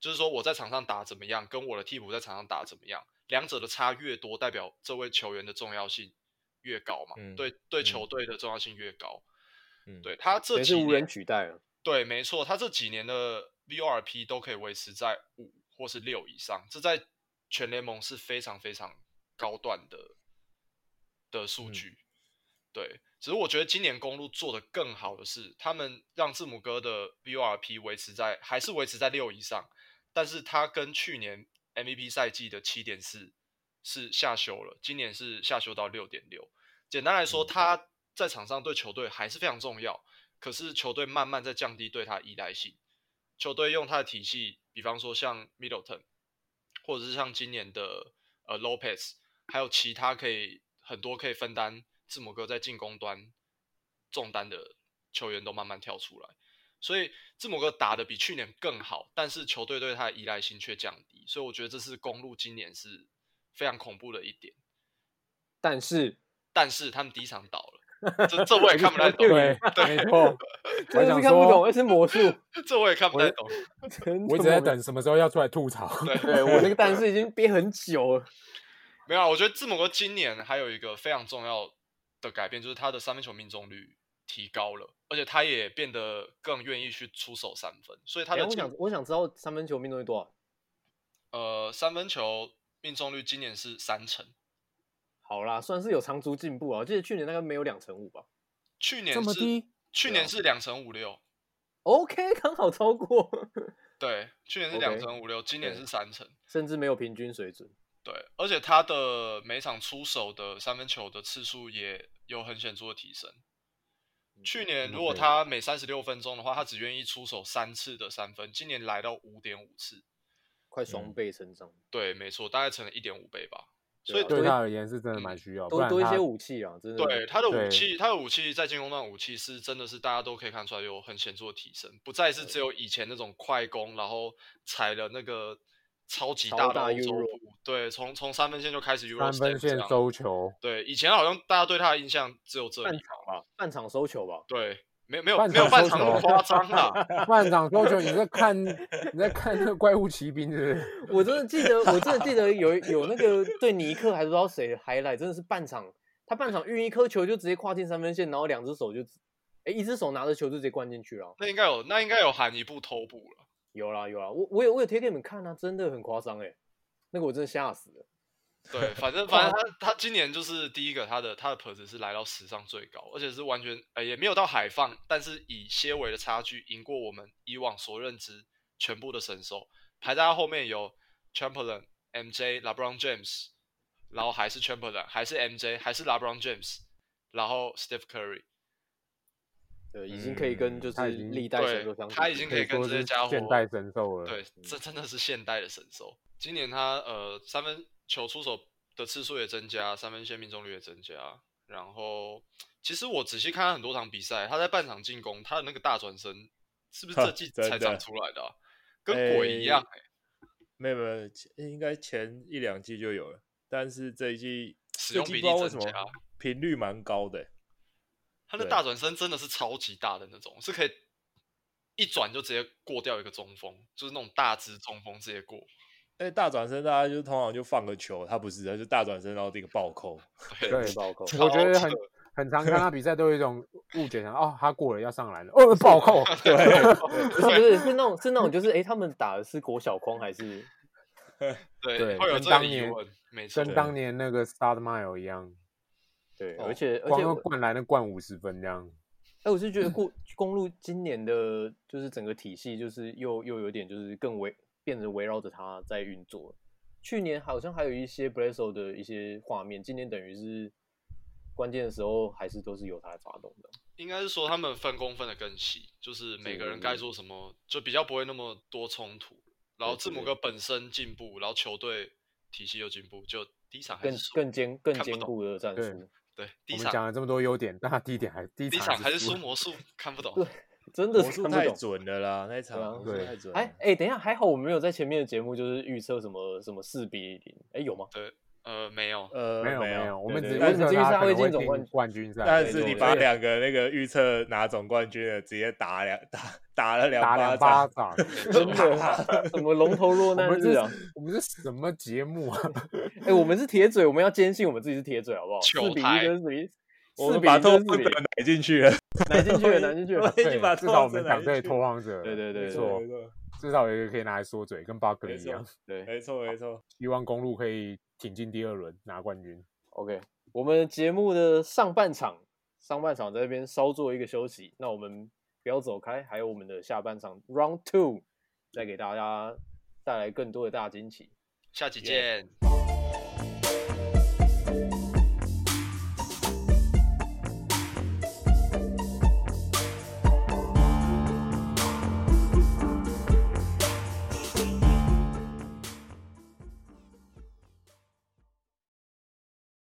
Speaker 4: 就是说我在场上打怎么样，跟我的替补在场上打怎么样，两者的差越多，代表这位球员的重要性越高嘛，
Speaker 1: 嗯
Speaker 4: 对对
Speaker 1: 嗯
Speaker 4: 球队的重要性越高。
Speaker 1: 嗯
Speaker 4: 对他
Speaker 5: 等于
Speaker 4: 这
Speaker 5: 是
Speaker 4: 几
Speaker 5: 无人
Speaker 4: 年
Speaker 5: 取代了。
Speaker 4: 对，没错，他这几年的 VORP 都可以维持在五或是六以上，这在全联盟是非常非常高段的的数
Speaker 1: 嗯
Speaker 4: 据。对，只是我觉得今年公路做的更好的是，他们让字母哥的 VORP 维持在还是维持在六以上，但是他跟去年 MVP 赛季的七点四是下修了，今年是下修到六点六。简单来说，他在场上对球队还是非常重要，可是球队慢慢在降低对他依赖性。球队用他的体系，比方说像 Middleton，或者是像今年的呃 Lopez，还有其他可以很多可以分担字母哥在进攻端重担的球员都慢慢跳出来，所以字母哥打得比去年更好，但是球队对他的依赖性却降低，所以我觉得这是公路今年是非常恐怖的一点。
Speaker 2: 但是
Speaker 4: 但是他们第一场倒了，这这我也看不 太懂，
Speaker 3: 对，没错，
Speaker 2: 真的
Speaker 3: 想
Speaker 2: 是看不
Speaker 3: 说
Speaker 2: 懂，那是魔 术。
Speaker 4: 这我也看不太懂。
Speaker 2: 真的
Speaker 3: 我一直在
Speaker 2: 魔术
Speaker 3: 等什么时候要出来吐槽。
Speaker 2: 对我那个但是已经憋很久 了。
Speaker 4: 没有啊，我觉得字母哥今年还有一个非常重要的改变，就是他的三分球命中率提高了，而且他也变得更愿意去出手三分，所以他
Speaker 2: 哎，
Speaker 4: 的
Speaker 2: 我
Speaker 4: 进
Speaker 2: 想我想知道三分球命中率多少。
Speaker 4: 呃三分球命中率今年是三成，
Speaker 2: 好啦，算是有长足进步啊。我记得去年大概没有两成五吧。
Speaker 4: 去年
Speaker 3: 这么
Speaker 2: 啊
Speaker 4: 是
Speaker 3: 低
Speaker 4: 去年是两成五六，
Speaker 2: OK，刚 好超过，
Speaker 4: 对，去年是
Speaker 2: OK
Speaker 4: 两成五六，今年
Speaker 2: 对
Speaker 4: 是三成，
Speaker 2: 甚至没有平均水准。
Speaker 4: 对，而且他的每场出手的三分球的次数也有很显著的提升。去年如果
Speaker 3: 对
Speaker 4: 他每三十六分钟的话，他只愿意出手三次的三分，今年来到五点五次。
Speaker 2: 快双
Speaker 3: 嗯
Speaker 2: 倍成长，
Speaker 4: 对，没错，大概成了一点五倍吧。所
Speaker 2: 对
Speaker 4: 以
Speaker 2: 啊
Speaker 3: 对
Speaker 2: 多
Speaker 3: 他而言是真的蛮需要，不
Speaker 2: 多
Speaker 3: 然
Speaker 2: 多一
Speaker 3: 他
Speaker 2: 些武器啊，真的。
Speaker 4: 对他的武
Speaker 3: 对
Speaker 4: 器，他的武器在进攻端武器是真的是大家都可以看出来有很显著的提升，不再是只有以前那种快攻，然后踩了那个超级
Speaker 2: 超
Speaker 4: 大的
Speaker 2: 大
Speaker 4: 欧洲
Speaker 2: Euro
Speaker 4: 步。对，从从三分线就开始
Speaker 3: 三
Speaker 4: Euro
Speaker 3: 分
Speaker 4: step 这
Speaker 3: 线
Speaker 4: 样
Speaker 3: 收球，
Speaker 4: 对，以前好像大家对他的印象只有这
Speaker 2: 半
Speaker 4: 里
Speaker 2: 场吧，半场收球吧。
Speaker 4: 对，没有没有
Speaker 3: 半
Speaker 4: 没有
Speaker 3: 场
Speaker 4: 半
Speaker 3: 收
Speaker 4: 场那么
Speaker 3: 球
Speaker 4: 夸张啦。
Speaker 3: 半场多球，你在看你在看那个怪物骑兵，是不是？
Speaker 2: 我真的记得，我真的记得有有那个对尼克还不知道谁 highlight，真的是半场，他半场运一颗球就直接跨进三分线，然后两只手就直，哎，一只手拿着球就直接灌进去了。
Speaker 4: 那应该有那应该有喊一步偷步了。
Speaker 2: 有啦有啦，我我有我有贴给你们看啊，真的很夸张哎，那个我真的吓死了。
Speaker 4: 对，反正反正他他今年就是第一个，他的他的 per 值是来到史上最高，而且是完全呃也没有到海放，但是以些微的差距赢过我们以往所认知全部的神兽，排在他后面有 Chamberlain、MJ、LeBron James，然后还是 Chamberlain，还是 MJ，还是 LeBron James，然后 Steph Curry，
Speaker 2: 对，已经可以跟
Speaker 1: 嗯
Speaker 2: 就是
Speaker 3: 他已经
Speaker 2: 历代神
Speaker 4: 对
Speaker 2: 都相，提
Speaker 4: 他已
Speaker 2: 并
Speaker 4: 经
Speaker 2: 论
Speaker 4: 可以跟
Speaker 3: 说
Speaker 4: 这些
Speaker 3: 是
Speaker 4: 家伙
Speaker 3: 现代神兽了。嗯
Speaker 4: 对，这真的是现代的神兽。今年他呃三分球出手的次数也增加，三分线命中率也增加。然后其实我仔细看他很多场比赛，他在半场进攻，他的那个大转身是不是这季
Speaker 1: 真
Speaker 4: 才
Speaker 1: 的
Speaker 4: 长出来的啊、跟鬼一样、欸，
Speaker 1: 没有没有，前应该前一两季就有了，但是这一季
Speaker 4: 使
Speaker 1: 这
Speaker 4: 用
Speaker 1: 季
Speaker 4: 比
Speaker 1: 不知道
Speaker 4: 例
Speaker 1: 为什
Speaker 4: 增
Speaker 1: 么
Speaker 4: 加
Speaker 1: 频率蛮高的欸、
Speaker 4: 他的
Speaker 1: 对
Speaker 4: 大转身真的是超级大的那种，是可以一转就直接过掉一个中锋，就是那种大只中锋直接过。
Speaker 1: 哎、大转身大家就通常就放个球，他不是，他就大转身然后这个暴扣，
Speaker 3: 对，
Speaker 2: 暴扣，
Speaker 3: 我觉得
Speaker 4: 超
Speaker 3: 很
Speaker 4: 扯
Speaker 3: 很常看他比赛都有一种误解，想哦他过了要上来了，哦暴扣，
Speaker 1: 对，
Speaker 2: 不是不是是那种是那种就是哎，诶他们打的是国小框还是
Speaker 4: 对，
Speaker 3: 对
Speaker 4: 会有
Speaker 3: 跟
Speaker 4: 这个
Speaker 3: 当
Speaker 4: 疑
Speaker 3: 年
Speaker 4: 问，没错
Speaker 3: 跟。当年那个 Start Mile 一样，
Speaker 2: 对？
Speaker 4: 哦
Speaker 2: 而且而
Speaker 3: 光
Speaker 2: 且
Speaker 3: 用
Speaker 2: 我
Speaker 3: 灌篮的灌五十分这样。
Speaker 2: 哎、我是觉得过公路今年的，就是整个体系，就是又又有点就是更围，变成围绕着它在运作。去年好像还有一些 b l e s s o 的一些画面，今年等于是关键的时候还是都是由他来发动的。
Speaker 4: 应该是说他们分工分得更细，就是每个人该做什么，就比较不会那么多冲突。然后
Speaker 2: 对
Speaker 4: 字母
Speaker 2: 对
Speaker 4: 哥本身进步，然后球队体系又进步，就第一场还
Speaker 2: 更
Speaker 4: 是输，
Speaker 2: 更坚更
Speaker 4: 看不
Speaker 2: 坚
Speaker 4: 懂
Speaker 2: 固的战
Speaker 3: 对
Speaker 2: 术，
Speaker 4: 对，第
Speaker 3: 我们
Speaker 4: 一场
Speaker 3: 讲了这么多优点，但他第一点还第一
Speaker 4: 第一场还是
Speaker 3: 输
Speaker 4: 输
Speaker 3: 了。
Speaker 4: 魔术，看不懂。
Speaker 2: 对真的
Speaker 1: 魔
Speaker 2: 是
Speaker 1: 术
Speaker 2: 看不
Speaker 1: 太
Speaker 2: 懂。
Speaker 1: 准了啦，那
Speaker 2: 对啊
Speaker 1: 一场魔术
Speaker 3: 对
Speaker 1: 太准了。
Speaker 2: 哎哎、等一下，还好我们没有在前面的节目就是预测什么什么四比零，哎、有吗？
Speaker 4: 呃，没 有，
Speaker 1: 呃，
Speaker 3: 没有
Speaker 1: 没
Speaker 3: 没有，我们
Speaker 2: 对
Speaker 3: 只
Speaker 2: 对
Speaker 3: 预
Speaker 2: 我们
Speaker 3: 测
Speaker 2: 只预测
Speaker 3: 他
Speaker 2: 他
Speaker 3: 可
Speaker 2: 会
Speaker 3: 能会
Speaker 2: 进总冠
Speaker 3: 进冠军赛，
Speaker 1: 但
Speaker 2: 对
Speaker 1: 是
Speaker 2: 对
Speaker 1: 你
Speaker 2: 对
Speaker 1: 把两个那个预测拿总冠军的直接打两打打了两
Speaker 3: 打两巴
Speaker 1: 掌，
Speaker 3: 掌。
Speaker 2: 真的， 什么龙头落
Speaker 3: 我
Speaker 2: 难
Speaker 3: 们
Speaker 2: 日
Speaker 3: 是
Speaker 2: 啊？，
Speaker 3: 我们是什么节目啊？
Speaker 2: 哎、我们是铁嘴，我们要坚信我们自己是铁嘴，好不好？四
Speaker 4: 糗
Speaker 2: 比
Speaker 4: 台
Speaker 2: 一跟四比一，四
Speaker 1: 我们
Speaker 2: 比零
Speaker 1: 把
Speaker 2: 就是
Speaker 1: 偷
Speaker 2: 四
Speaker 1: 风
Speaker 2: 比
Speaker 1: 者
Speaker 2: 零，
Speaker 1: 奶进去了，
Speaker 2: 难进去了，
Speaker 1: 我
Speaker 2: 难进去
Speaker 1: 我
Speaker 2: 了。
Speaker 1: 已经把
Speaker 3: 至
Speaker 1: 拓
Speaker 3: 少我
Speaker 1: 荒者
Speaker 3: 们
Speaker 1: 奶
Speaker 3: 讲对
Speaker 1: 进去
Speaker 3: 拓荒者，
Speaker 2: 对对对
Speaker 3: 没
Speaker 2: 对
Speaker 3: 错，至少有一个可以拿来缩嘴，跟巴克
Speaker 1: 没
Speaker 3: 利一样
Speaker 1: 错。
Speaker 2: 对
Speaker 1: 没错没错，
Speaker 3: 希望公路可以挺进第二轮拿冠军。
Speaker 2: ，OK，我们节目的上半场，上半场在这边稍做一个休息，那我们不要走开，还有我们的下半场 Round Two，再给大家带来更多的大惊喜。
Speaker 4: 下期见。